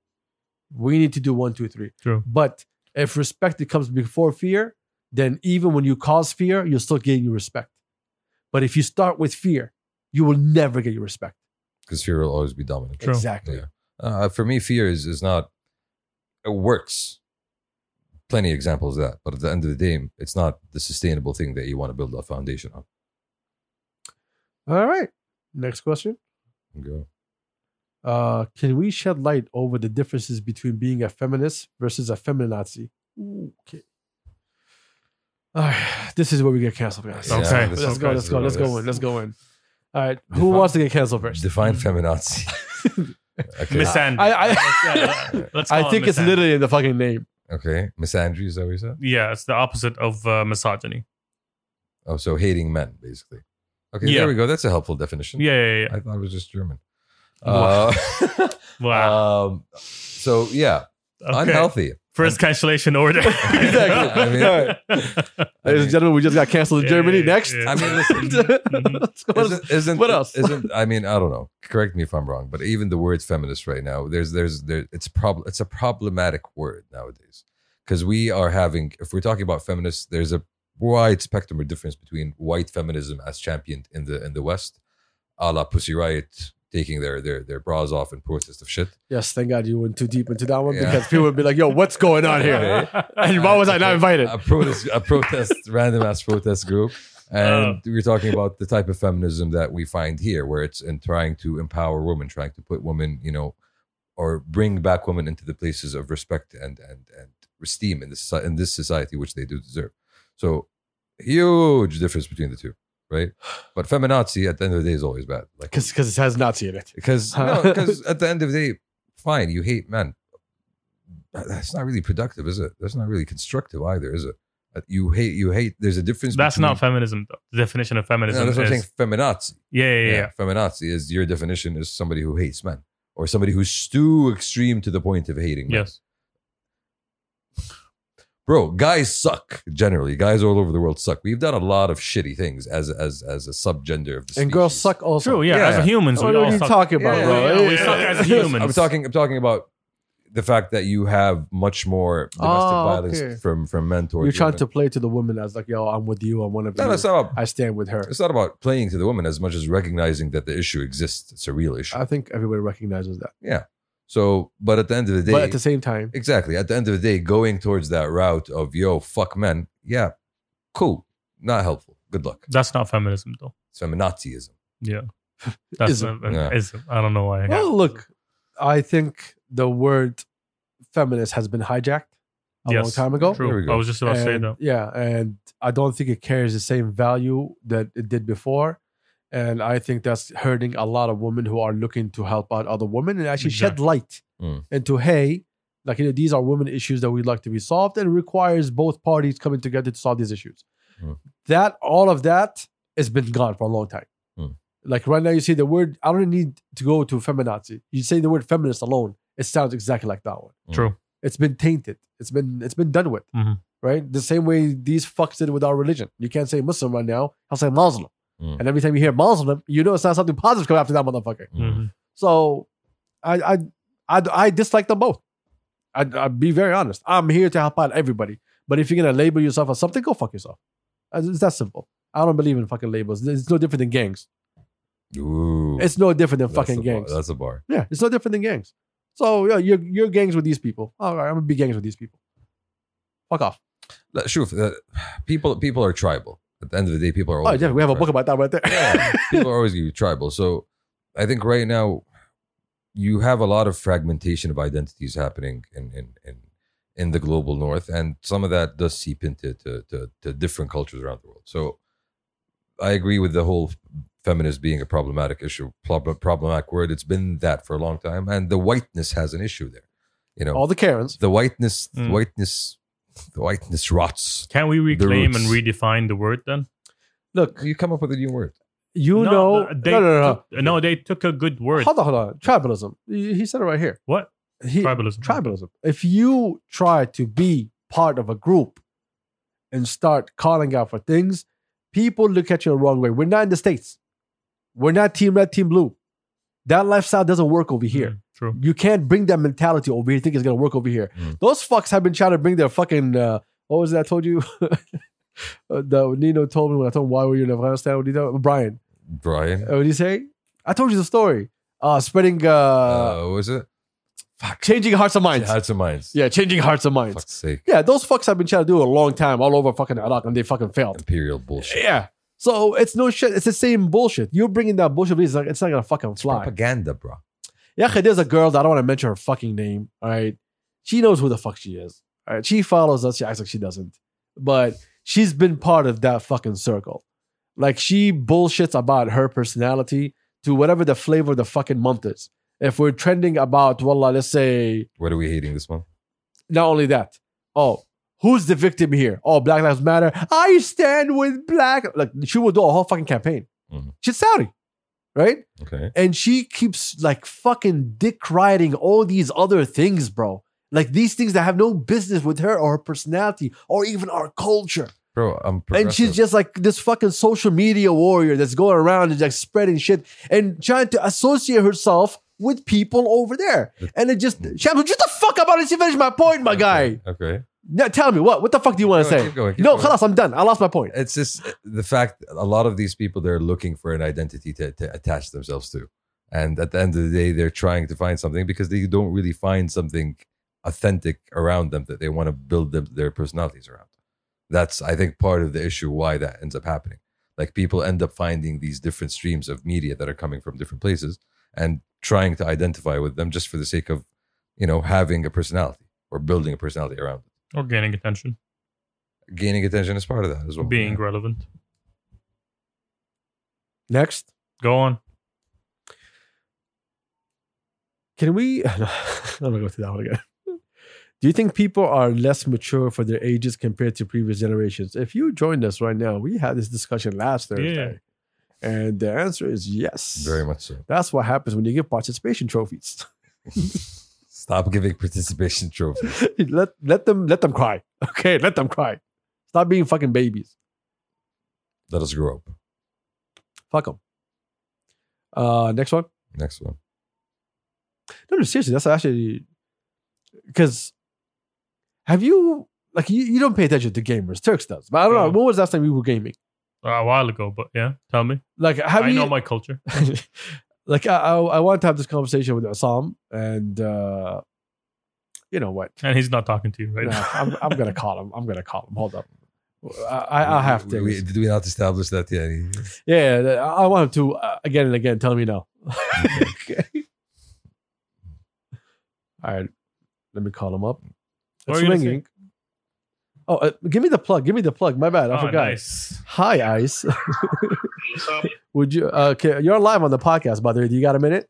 S1: we need to do one, two, three.
S3: True.
S1: But if respect it comes before fear, then even when you cause fear, you're still getting your respect. But if you start with fear, you will never get your respect.
S2: because fear will always be dominant.
S3: True.
S1: Exactly.
S2: Yeah. Uh, for me, fear is is not. It works. Plenty of examples of that, but at the end of the day, it's not the sustainable thing that you want to build a foundation on.
S1: All right. Next question.
S2: Go.
S1: Uh, can we shed light over the differences between being a feminist versus a feminazi? Okay. All right. This is where we get canceled, guys.
S3: Okay. Yeah,
S2: this
S1: let's
S2: is-
S1: go. Let's go. Let's go in. Let's go in. All right. Who
S2: Define-
S1: wants to get canceled first?
S2: Define feminazi. okay.
S3: Mm. Miss Andy.
S1: I- I-
S3: Let's- yeah, let's call
S1: I
S3: it
S1: think
S3: Miss
S1: it's
S3: Andy.
S1: literally in the fucking name.
S2: okay. Misandry is that what you said?
S3: yeah, it's the opposite of uh, misogyny.
S2: Oh, so hating men basically. Okay,
S3: Yeah.
S2: there we go. That's a helpful definition.
S3: Yeah, yeah, yeah.
S2: I thought it was just German.
S3: Wow.
S2: Uh,
S3: Wow.
S2: um, so yeah,
S3: Okay.
S2: unhealthy.
S3: First cancellation order.
S1: Exactly.
S2: I mean- I
S1: Ladies
S2: mean-
S1: and gentlemen, we just got canceled in
S3: Yeah,
S1: Germany.
S3: yeah,
S1: Next.
S3: yeah.
S2: I mean, listen.
S3: Mhm.
S1: Let's go.
S2: isn't, isn't
S1: what else?
S2: Isn't I mean I don't know. Correct me if I'm wrong, but even the word feminist right now, there's there's there it's prob it's a problematic word nowadays because we are having if we're talking about feminists, there's a wide spectrum of difference between white feminism as championed in the in the West, a la Pussy Riot, taking their their their bras off in protest of shit.
S1: Yes, thank God you went too deep into that one
S2: Yeah.
S1: because people would be like, "Yo, what's going on here?" And why was I not invited?
S2: A protest, a protest, random ass protest group, and
S3: Oh.
S2: we we're talking about the type of feminism that we find here, where it's in trying to empower women, trying to put women, you know, or bring back women into the places of respect and and and esteem in this soci- in this society, which they do deserve. So huge difference between the two, right? But feminazi at the end of the day is always bad, like
S1: Because because it has Nazi in it.
S2: because
S1: Huh?
S2: at the end of the day, fine, you hate men. That- That's not really productive, is it? That's not really constructive either, is it? Uh, You hate, you hate. There's a difference.
S3: That's
S2: between,
S3: not feminism, though. The definition of
S2: No,
S3: feminism
S2: that's what I'm
S3: is.
S2: saying. Feminazi.
S3: yeah, yeah, yeah.
S2: feminazi is your definition is somebody who hates men or somebody who's too extreme to the point of hating. men.
S3: Yes.
S2: bro, guys suck generally. Guys all over the world suck. We've done a lot of shitty things as as as a subgender of the
S1: And girls
S2: species.
S1: suck also.
S3: True, yeah. As
S2: Yeah.
S3: humans,
S1: What
S3: we
S1: are
S3: all
S1: you
S3: suck.
S1: talking about,
S2: Yeah,
S1: bro?
S2: yeah, yeah, we
S1: Hey,
S2: suck
S1: hey,
S3: as
S1: hey.
S3: humans.
S2: I'm talking. I'm talking about the fact that you have much more domestic
S1: Oh,
S2: violence
S1: okay.
S2: from from men towards
S1: You're trying
S2: women.
S1: to play to the woman as like, "Yo, I'm with you. I'm one of
S2: No,
S1: you.
S2: that's not. About,
S1: I stand with her."
S2: it's not about playing to the woman as much as recognizing that the issue exists. It's a real issue.
S1: I think everybody recognizes that.
S2: so, but at the end of the day,
S1: But at the same time,
S2: exactly. At the end of the day, going towards that route of yo fuck men, yeah, cool, not helpful. Good luck.
S3: That's not feminism, though.
S2: It's feminazism.
S3: Yeah. That's
S1: Ism.
S3: uh,
S2: Yeah.
S3: ism. I don't know why. I got-
S1: well, look, I think the word feminist has been hijacked a long
S3: Yes.
S1: time ago.
S2: There we
S3: True.
S2: go.
S3: I was just about to say
S1: And-
S3: that.
S1: Yeah, and I don't think it carries the same value that it did before. And I think that's hurting a lot of women who are looking to help out other women and actually shed
S3: Exactly.
S1: light
S2: Mm.
S1: into hey, like you know, these are women issues that we'd like to be solved, and it requires both parties coming together to solve these issues.
S2: Mm.
S1: That all of that has been gone for a long time.
S2: Mm.
S1: Like right now, you see the word. I don't need to go to feminazi. You say the word feminist alone, it sounds exactly like that one
S3: True.
S1: it's been tainted it's been it's been done with
S3: Mhm.
S1: right the same way these fucks did with our religion you can't say muslim right now i'll say muslim
S2: Mm.
S1: and every time you hear muslim you know it's not something positive coming after that motherfucker
S2: Mm.
S3: Mhm.
S1: so i i i, I dislike them both I, i'll be very honest i'm here to help out everybody but if you're gonna label yourself as something go fuck yourself it's it's that simple i don't believe in fucking labels it's no different than gangs
S2: Ooh,
S1: Mm-hmm. it's no different than
S2: that's
S1: fucking
S2: a bar-
S1: gangs
S2: That's a bar.
S1: yeah, it's no different than gangs. So yeah, you're you're gangs with these people. All right, I'm gonna be gangs with these people. Fuck off.
S2: Like, Shoof, uh, people people are tribal. At the end of the day, people are.
S1: Oh
S2: always
S1: yeah, we have a
S2: tribal.
S1: book about that right there.
S2: yeah, people are always going to be tribal. So I think right now you have a lot of fragmentation of identities happening in in in, in the global north, and some of that does seep into to, to, to different cultures around the world. So I agree with the whole feminist being a problematic issue, prob- problematic word. It's been that for a long time, and the whiteness has an issue there. You know,
S1: All the Karens.
S2: the whiteness,
S3: Mm.
S2: whiteness, the whiteness rots.
S3: Can we reclaim and
S2: roots.
S3: redefine the word then?
S1: Look,
S2: You come up with a new word.
S1: you know,
S3: th- they
S1: no, no, no,
S3: Took, no, they took a good
S1: no.
S3: word.
S1: Hold on, hold on. Tribalism. He he said it right here.
S3: What?
S1: He,
S3: Tribalism.
S1: tribalism. If you try to be part of a group and start calling out for things, people look at you the wrong way. We're not in the states. We're not team red, team blue. That lifestyle doesn't work over here.
S3: Mm, True.
S1: You can't bring that mentality over here. You think it's gonna work over here.
S2: Mm.
S1: Those fucks have been trying to bring their fucking uh, what was it I told you? Uh, the Nino told me when I told him why were you in Afghanistan? What did he tell- Brian?
S2: Brian,
S1: uh, What did he say? I told you the story. Uh, spreading, uh,
S2: uh, what was it?
S1: changing hearts and minds.
S2: Hearts and minds.
S1: Yeah, changing hearts and minds.
S2: Fuck's sake.
S1: Yeah, those fucks have been trying to do it a long time, all over fucking Iraq, and they fucking failed.
S2: Imperial bullshit.
S1: Yeah. So it's no shit. It's the same bullshit. You're bringing that bullshit. It's not, it's not gonna fucking
S2: It's
S1: fly.
S2: propaganda, bro.
S1: Yeah, there's a girl that I don't want to mention her fucking name. All right. She knows who the fuck she is. All right. She follows us. She acts like she doesn't. But she's been part of that fucking circle. Like she bullshits about her personality to whatever the flavor of the fucking month is. If we're trending about, wallah, let's say,
S2: What are we hating this month?
S1: not only that, oh, who's the victim here? Oh, Black Lives Matter. I stand with black. Like she will do a whole fucking campaign.
S2: Mhm.
S1: She's Saudi, right?
S2: Okay.
S1: and she keeps like fucking dick riding all these other things, bro. Like these things that have no business with her or her personality or even our culture.
S2: Bro, I'm
S1: And she's
S2: progressive.
S1: just like this fucking social media warrior that's going around and like spreading shit and trying to associate herself with people over there. And it just, Shams, just the fuck about it. She finished my point, my guy.
S2: Okay. okay.
S1: Now tell me what? What the fuck do you want to
S2: Go on,
S1: say?
S2: keep going, keep
S1: No,
S2: going.
S1: خلاص, I'm done. I lost my point.
S2: It's uh, just the fact that a lot of these people they're looking for an identity to, to attach themselves to. And at the end of the day, they're trying to find something because they don't really find something authentic around them that they want to build them, their personalities around. That's, I think, part of the issue why that ends up happening. Like people end up finding these different streams of media that are coming from different places and trying to identify with them just for the sake of, you know, having a personality or building a personality around it.
S3: or gaining attention,
S2: Gaining attention is part of that as
S1: Oh,
S2: well.
S3: being
S2: Yeah.
S3: relevant.
S1: Next.
S3: Go on.
S1: Can we? I'm not gonna go through that one again. Do you think people are less mature for their ages compared to previous generations? If you joined us right now, we had this discussion last Thursday, and the answer is yes.
S2: Very much so.
S1: That's what happens when you give participation trophies.
S2: Stop giving participation trophies.
S1: let let them let them cry. Okay, let them cry. Stop being fucking babies.
S2: Let us grow up.
S1: Fuck them. Uh, next one.
S2: Next one.
S1: No, no, seriously, that's actually because have you like you, you don't pay attention to gamers? Turks does, but I don't know.
S3: Yeah.
S1: When was the last time you were gaming?
S3: A while ago, but yeah, tell me.
S1: Like, have
S3: I
S1: you?
S3: know my culture.
S1: like, I, I I want to have this conversation with Assam, and uh you know what?
S3: And he's not talking to you right
S1: No,
S3: now.
S1: I'm, I'm gonna call him. I'm gonna call him. Hold up. I, I, I have
S2: We-
S1: to.
S2: we- did we not establish that yet?
S1: Yeah, yeah, I I want him to uh, again and again tell me no. okay. All right, let me call him up. It's
S3: What were you gonna
S1: ringing. Oh, uh, give me the plug. Give me the plug. My bad. I
S3: Ah,
S1: forgot.
S3: nice.
S1: Hi, Ice.
S4: What's up?
S1: Would you? Uh, okay, you're live on the podcast, by the way. Do you got a minute?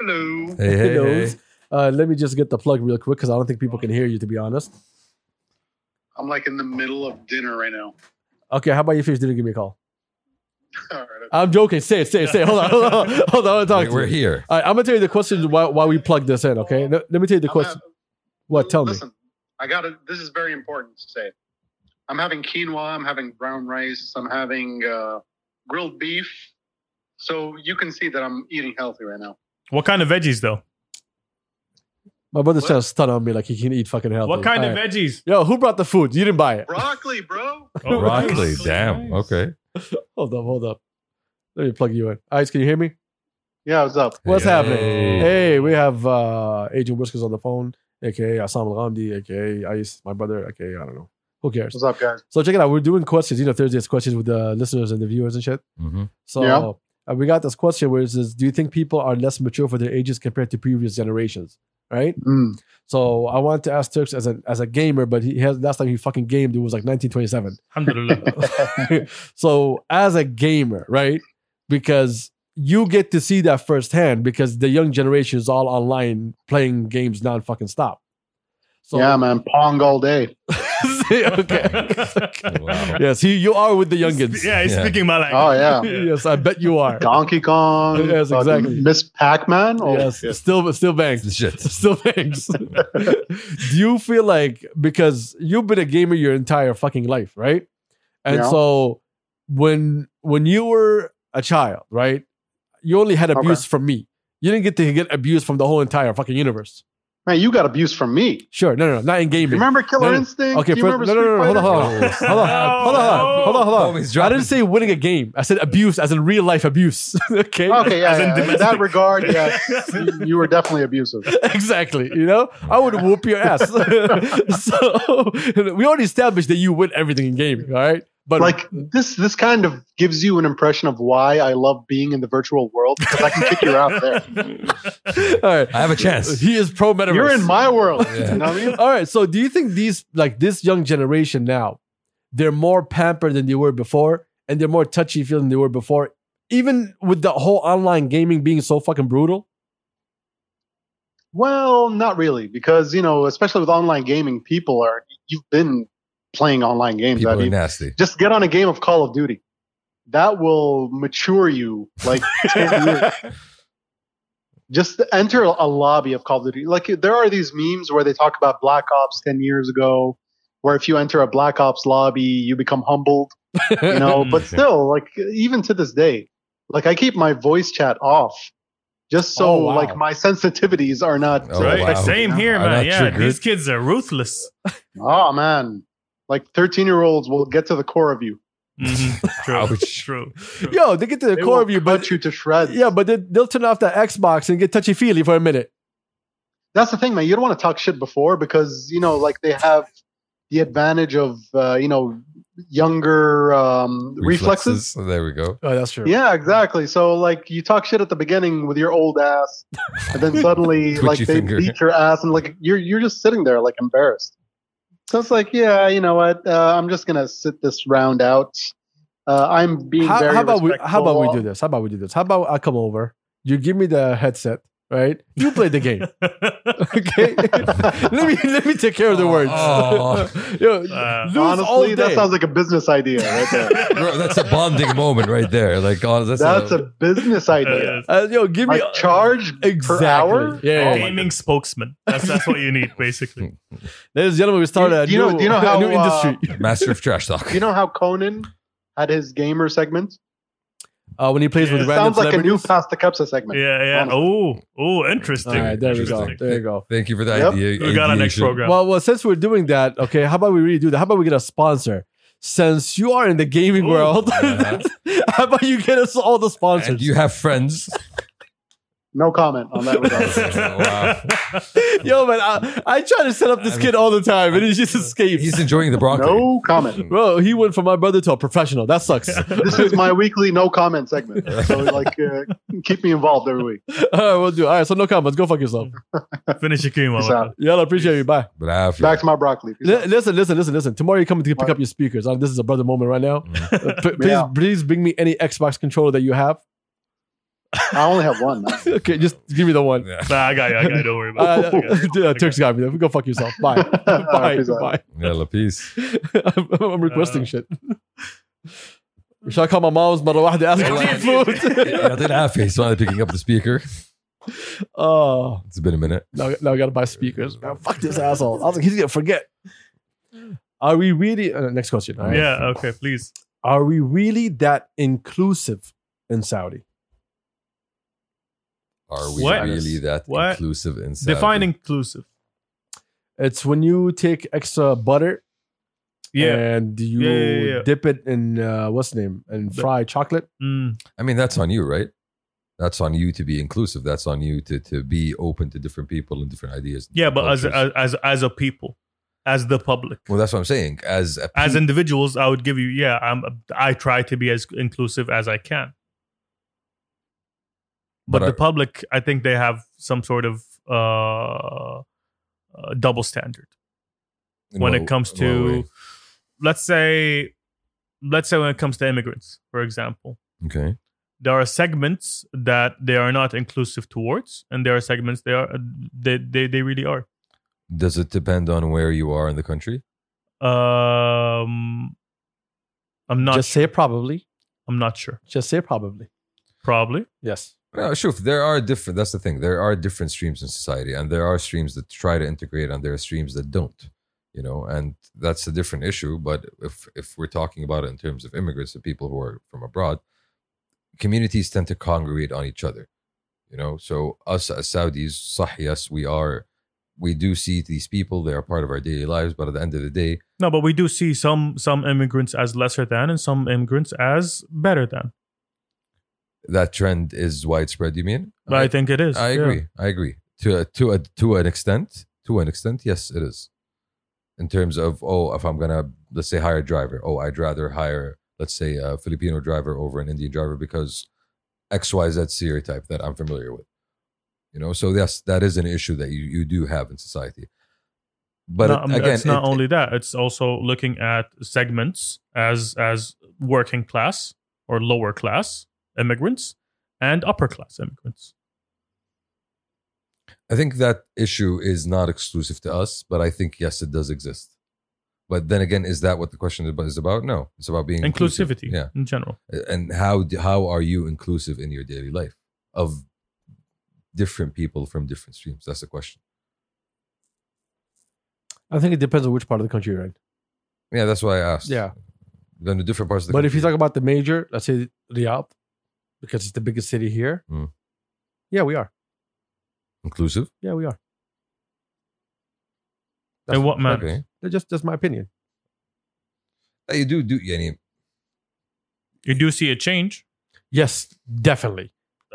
S4: Hello.
S2: Hey, hey, hey.
S1: Knows. Uh, let me just get the plug real quick because I don't think people can hear you, to be honest.
S4: I'm like in the middle of dinner right now.
S1: Okay, how about you finish? Didn't give me a call.
S4: All right.
S1: I'm joking. Say it. Say it. Say it. Hold on. Hold on. Hold on. I wanna talk
S2: We're,
S1: to
S2: we're
S1: you.
S2: here.
S1: All right, I'm gonna tell you the question while, while we plug this in. Okay, let, let me tell you the
S4: I'm
S1: question.
S4: hav-
S1: what? Tell me.
S4: Mm, Listen, I got to This is very important to say. I'm having quinoa. I'm having brown rice. I'm having uh, grilled beef. So you can see that I'm eating healthy right now.
S3: What kind of veggies, though?
S1: My brother's
S4: What?
S1: trying to stun on me like he can eat fucking healthy.
S3: What kind
S1: All
S3: of
S1: right.
S3: veggies?
S1: Yo, who brought the food? You didn't buy it.
S4: Broccoli, bro.
S3: Oh,
S2: Broccoli.
S3: nice.
S2: Damn.
S3: Nice.
S2: Okay.
S1: Hold up, hold up. Let me plug you in. Ice, can you hear me?
S4: Yeah, what's up?
S1: What's happening?
S2: Hey.
S1: Hey, we have uh Agent Whiskers on the phone, aka Assam Al Ghamdi, aka Ice, my brother, aka I don't know. Who cares?
S4: What's up, guys?
S1: So check it out. We're doing questions, you know, Thursday's questions with the listeners and the viewers and shit.
S2: Mhm.
S1: So
S4: Yeah.
S1: uh, we got this question where it says, Do you think people are less mature for their ages compared to previous generations? Right?
S4: Mm.
S1: So I wanted to ask Turks as a as a gamer, but he has last time he fucking gamed, it was like 1927.
S3: Alhamdulillah.
S1: so as a gamer, right? Because you get to see that firsthand because the young generation is all online playing games non fucking stop. So
S4: yeah, man. Pong all day.
S1: See, okay.
S2: Wow.
S1: yes, you, you are with the youngins.
S3: Yeah, he's
S2: Yeah.
S3: speaking my
S4: Oh,
S3: language.
S4: yeah.
S1: Yes, I bet you are.
S4: Donkey Kong.
S1: Yes,
S4: fucking
S1: exactly.
S4: Miss Pac Man. Oh,
S1: yes, still still banks.
S2: Shit.
S1: Still banks. Do you feel like because you've been a gamer your entire fucking life, right? And
S4: Yeah.
S1: so when when you were a child, right? You only had abuse from me. You didn't get to get abuse from the whole entire fucking universe.
S4: man, you got abuse from me.
S1: Sure, no, no, no not in gaming.
S4: Remember Killer
S1: No, no.
S4: Instinct?
S1: Okay,
S4: Do you
S1: first, no,
S4: remember
S1: no, no, no, hold on,
S4: Street
S1: hold on,
S2: Fighter?
S1: hold on, hold on, hold on, hold on.
S2: Homies,
S1: I
S2: drop
S1: didn't
S2: it.
S1: say winning a game. I said abuse, as in real life abuse. okay,
S4: Fighter? Okay, yeah,
S3: As in
S4: yeah. In that
S3: domestic.
S4: regard, yeah, you- you were definitely abusive.
S1: exactly. You know, I would whoop your ass. so we already established that you win everything in gaming, all right? But
S4: like this this kind of gives you an impression of why I love being in the virtual world because I can kick you out there.
S1: all right,
S2: I have a chance.
S1: He is pro metaverse.
S4: You're in my world.
S2: Yeah.
S4: You know what I mean?
S1: all right. So do you think these like this young generation now, they're more pampered than they were before, and they're more touchy feeling than they were before, even with the whole online gaming being so fucking brutal?
S4: Well, not really, because you know, especially with online gaming, people are you've been playing online games.
S2: People
S4: Have
S2: are
S4: you?
S2: nasty.
S4: Just get on a game of Call of Duty. That will mature you. Like 10 years. just enter a lobby of Call of Duty. Like there are these memes where they talk about Black Ops ten years ago, where if you enter a Black Ops lobby, you become humbled. you know but
S3: Mm.
S4: still like even to this day like i keep my voice chat off just so
S1: Oh, wow.
S4: like my sensitivities are not
S2: Oh,
S3: right?
S2: wow.
S3: Same here,
S2: I'm
S3: man.
S2: not
S3: Yeah,
S2: triggered.
S3: these kids are ruthless.
S4: oh man like 13 year olds will get to the core of you
S3: Mhm. True.
S2: Ouch.
S3: True. True.
S1: Yo, they get to the
S4: They
S1: core
S4: will
S1: of you,
S4: cut
S1: but
S4: you to shreds.
S1: yeah, but they, they'll turn off the Xbox and get touchy feely for a minute.
S4: that's the thing, man. You don't want to talk shit before because you know, like they have the advantage of uh, you know younger um, reflexes.
S2: There we go.
S1: Oh, that's true.
S4: Yeah, exactly. So like you talk shit at the beginning with your old ass, and then suddenly like
S2: Twitchy
S4: they
S2: finger.
S4: beat your ass, and like you're you're just sitting there like embarrassed. So it's like, yeah, you know what? Uh, I'm just gonna sit this round out. Uh, I'm being
S1: How,
S4: very
S1: how about we? How about we
S4: respectful.
S1: do this? How about we do this? How about I come over? You give me the headset, right? You play the game, okay? let me let me take care of the words.
S2: Oh.
S1: Yo,
S3: Uh,
S1: lose all
S4: Honestly,
S1: day.
S4: that sounds like a business idea right there.
S2: Bro, that's a bonding moment right there. Like, oh, that's,
S4: That's a business idea.
S1: Uh, yo, give me
S4: Like charge
S1: exactly.
S4: per hour. Oh
S1: Yeah, yeah,
S3: Uh,
S1: yeah.
S3: gaming spokesman. That's that's what you need basically.
S1: Ladies and gentlemen, we started a
S4: Do you know-
S1: new,
S4: do you know how,
S1: a new
S4: uh,
S1: industry.
S2: master of trash talk.
S4: You know how Conan had his gamer segment?
S1: Uh, when he plays
S3: Yeah,
S1: with
S4: It
S1: random
S4: sounds like a new
S1: celebrities.
S4: Pasta Capsa segment.
S3: Yeah, yeah. Oh, oh, interesting.
S1: All right, there we go.
S2: Interesting.
S1: There you go.
S2: Thank you for the
S4: Yep.
S2: idea.
S3: We got our next
S2: Aviation.
S3: program.
S1: Well, well, since we're doing that, okay, how about we really do that? How about we get a sponsor? Since you are in the gaming
S3: Ooh.
S1: world,
S2: Uh-huh.
S1: how about you get us all the
S2: And
S1: sponsors?
S2: you have friends.
S4: No comment on that regard.
S2: Wow.
S1: Yo, man, I, I try to set up this kid all the time, and he just escapes.
S2: He's enjoying the broccoli.
S4: no comment.
S1: Bro, he went from my brother to a professional. That sucks. all
S4: This is my weekly no comment segment. So like, uh, keep me involved every week.
S1: right, we'll do. All right, so no comments. Go fuck yourself.
S3: Finish your cream.
S4: Peace
S3: Awad.
S4: out.
S1: Y'all appreciate you. Bye.
S2: But I have
S4: Back to my broccoli. Peace
S1: Li-
S4: out.
S1: listen, listen, listen, listen. Tomorrow you're coming to pick
S4: What?
S1: up your speakers. Uh, this is a brother moment right now.
S2: Mm.
S1: Uh, p- please,
S4: Yeah.
S1: please bring me any Xbox controller that you have.
S4: I only have one. man.
S1: okay, just give me the one.
S2: Yeah.
S3: Nah, I got you. I got you. Don't worry
S1: Uh,
S3: about it. I got you.
S1: uh, Turks got me. Go fuck yourself. Bye.
S4: All right,
S1: bye.
S4: peace out.
S1: Bye.
S2: Yalla, peace.
S1: I'm, I'm requesting
S3: Uh,
S1: shit. Should I call my mom's مرة واحدة ask her for food?
S2: يعطينا العافية. He's finally picking up the speaker.
S1: oh,
S2: It's been a minute.
S1: now, now I gotta buy speakers. Man, fuck this asshole. I was like, he's gonna forget. Are we really? Uh, next question. all right?
S3: Yeah. Okay. Please.
S1: Are we really that inclusive in Saudi?
S2: Are we
S3: What?
S2: really that
S3: What?
S2: inclusive and savvy?
S3: Define inclusive.
S1: It's when you take extra butter
S3: Yeah.
S1: and you
S3: Yeah, yeah, yeah.
S1: dip it in uh, what's the name and
S3: The-
S1: fry chocolate.
S3: Mm.
S2: I mean, that's on you, right? That's on you to be inclusive. That's on you to, to be open to different people and different ideas. and
S3: Yeah, but as,
S2: cultures.
S3: as as as a people, as the public,
S2: well, that's what I'm saying. As a
S3: as
S2: pe-
S3: individuals, I would give you. Yeah. I'm. I try to be as inclusive as I can. But,
S2: But
S3: the
S2: are-
S3: public, I think they have some sort of uh, uh, double standard.
S2: in
S3: when
S2: what-
S3: it comes
S2: in what
S3: to
S2: way?
S3: let's say let's say when it comes to immigrants for example
S2: okay,
S3: there are segments that they are not inclusive towards and there are segments they are they they, they really are
S2: does it depend on where you are in the country?
S3: um i'm not
S1: Just say probably.
S3: i'm not sure
S1: Just say probably.
S3: probably
S1: Yes.
S2: No, sure. There are different. That's the thing. There are different streams in society, and there are streams that try to integrate, and there are streams that don't. You know, and that's a different issue. But if if we're talking about it in terms of immigrants and people who are from abroad, communities tend to congregate on each other. You know, so us as Saudis, صح, yes, we are. We do see these people; they are part of our daily lives. But at the end of the day,
S3: no but we do see some some immigrants as lesser than and some immigrants as better than
S2: that trend is widespread. You mean?
S3: but i, think it is
S2: I
S3: yeah.
S2: agree. I agree to a, to a, to an extent. To an extent, yes, it is. In terms of oh, if I'm gonna let's say hire a driver, oh, I'd rather hire let's say a Filipino driver over an Indian driver because X Y Z stereotype that I'm familiar with. You know, so yes, that is an issue that you, you do have in society. But
S3: No,
S2: it-
S3: I mean,
S2: again,
S3: it's not
S2: it-
S3: only that; it's also looking at segments as as working class or lower class immigrants and upper class immigrants.
S2: I think that issue is not exclusive to us, but I think yes, it does exist. But then again, is that what the question is about? No, it's about being inclusive.
S3: Inclusivity,
S2: Yeah.
S3: in general.
S2: and how d- how are you inclusive in your daily life of different people from different streams that's the question
S1: I think it depends on which part of the country you're in.
S2: yeah that's why i asked
S1: Yeah.
S2: then the different parts of the
S1: But if you
S2: country.
S1: talk about the major, let's say Riyadh, because it's the biggest city here.
S2: Mm.
S1: Yeah, we are.
S2: inclusive
S1: Yeah, we are.
S3: In what manner?
S2: okay
S1: That's just that's my opinion.
S2: Uh, you do do yeah, I mean,
S3: You do see a change.
S1: Yes, definitely.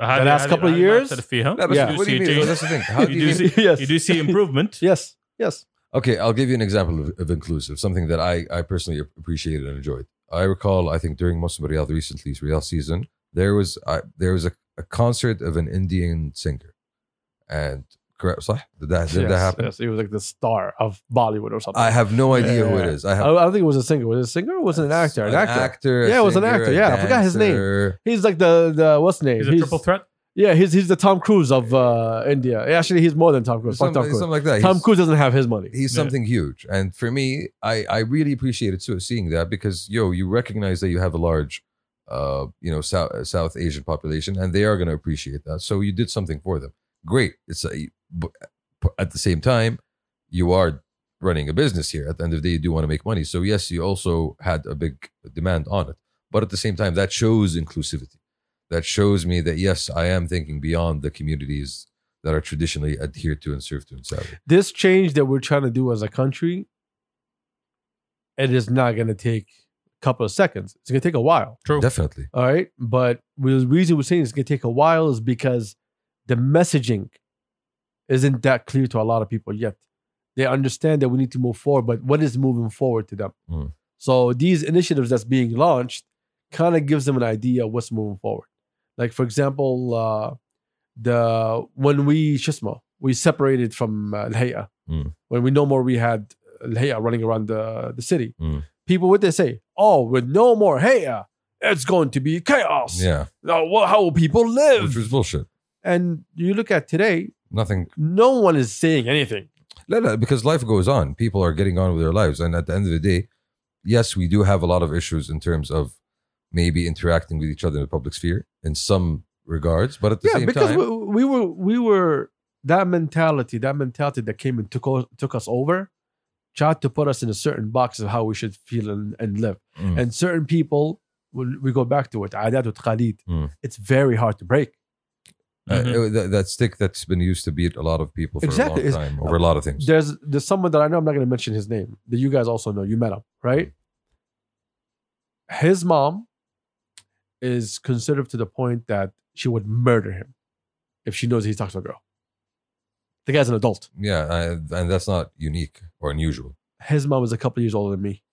S3: How
S1: The
S3: do-
S1: last
S3: how do-
S1: couple
S3: how
S1: of
S3: do you
S1: years?
S3: mark that فيها?
S2: No, but
S1: Yeah.
S2: what do you
S3: You
S2: mean?
S3: do see a change.
S2: That's the thing. How do
S3: You
S2: you
S3: do
S2: mean-
S3: see-
S1: yes.
S3: You do see improvement.
S1: Yes. Yes.
S2: Okay, I'll give you an example of, of inclusive, something that I, I personally appreciated and enjoyed. I recall, I think during Muslim Riyadh recently, Riyadh season, there was I, there was a, a concert of an Indian singer, and correct, صح? did that did that
S1: Yes,
S2: happen?
S1: yes. He was like the star of Bollywood or something.
S2: I have no idea who it
S1: Yeah. Oh,
S2: is. I
S1: I,
S2: have
S1: I don't think it was a singer. Was it a singer? Or was it an actor? An, actor.
S2: a
S1: Yeah, it was an
S2: singer,
S1: actor.
S2: a
S1: Yeah, I forgot his name.
S2: dancer.
S1: He's like the the what's his name?
S3: He's a triple threat.
S1: Yeah, he's he's the Tom Cruise of uh, India. Actually, he's more than Tom Cruise. Fuck
S2: Something,
S1: Tom Cruise.
S2: something like that.
S1: Tom
S2: He's-
S1: Cruise doesn't have his money.
S2: he's
S3: Yeah.
S2: something huge. And for me, I, I really appreciated too seeing that because yo, you recognize that you have a large, uh, you know, South uh, South Asian population, and they are going to appreciate that. So you did something for them. Great. It's a, but at the same time, you are running a business here. At the end of the day, you do want to make money. So yes, you also had a big demand on it. But at the same time, that shows inclusivity. That shows me that yes, I am thinking beyond the communities that are traditionally adhered to and served to in Saudi.
S1: This change that we're trying to do as a country, it is not going to take a couple of seconds. It's going to take a while.
S3: True.
S2: Definitely.
S1: All right. But we, the reason we're saying it's going to take a while is because the messaging isn't that clear to a lot of people yet. They understand that we need to move forward, but what is moving forward to them?
S2: Mm.
S1: So these initiatives that's being launched kind of gives them an idea of what's moving forward. Like for example, uh, the when we shishma we separated from uh, Al-Hay'a.
S2: Mm.
S1: when we no more we had Al-Hay'a running around the the city.
S2: Mm.
S1: People what they say? Oh, with no more Hay'a, it's going to be chaos.
S2: Yeah.
S1: Now, wha- how will people live?
S2: which was bullshit.
S1: and you look at today,
S2: Nothing.
S1: no one is saying anything.
S2: No, no, because life goes on. People are getting on with their lives, and at the end of the day, yes, we do have a lot of issues in terms of maybe interacting with each other in the public sphere in some regards, but at the
S1: yeah,
S2: same
S1: because
S2: time,
S1: we, we were we were that mentality, that mentality that came and took o- took us over, tried to put us in a certain box of how we should feel and, and live.
S2: Mm.
S1: And certain people, when we go back to it, عادات وتقاليد,
S2: Mm.
S1: it's very hard to break.
S2: uh,
S3: Mhm.
S2: it- that, that stick that's been used to beat a lot of people for
S1: Mm-hmm. Exactly,
S2: a long
S1: it's-
S2: time over a lot of things.
S1: There's there's someone that I know. I'm not going to mention his name. That you guys also know. You met him, right? His mom is conservative to the point that she would murder him if she knows he talks to a girl. The guy's an adult.
S2: yeah, I, and that's not unique or unusual.
S1: His mom is a couple years older than me.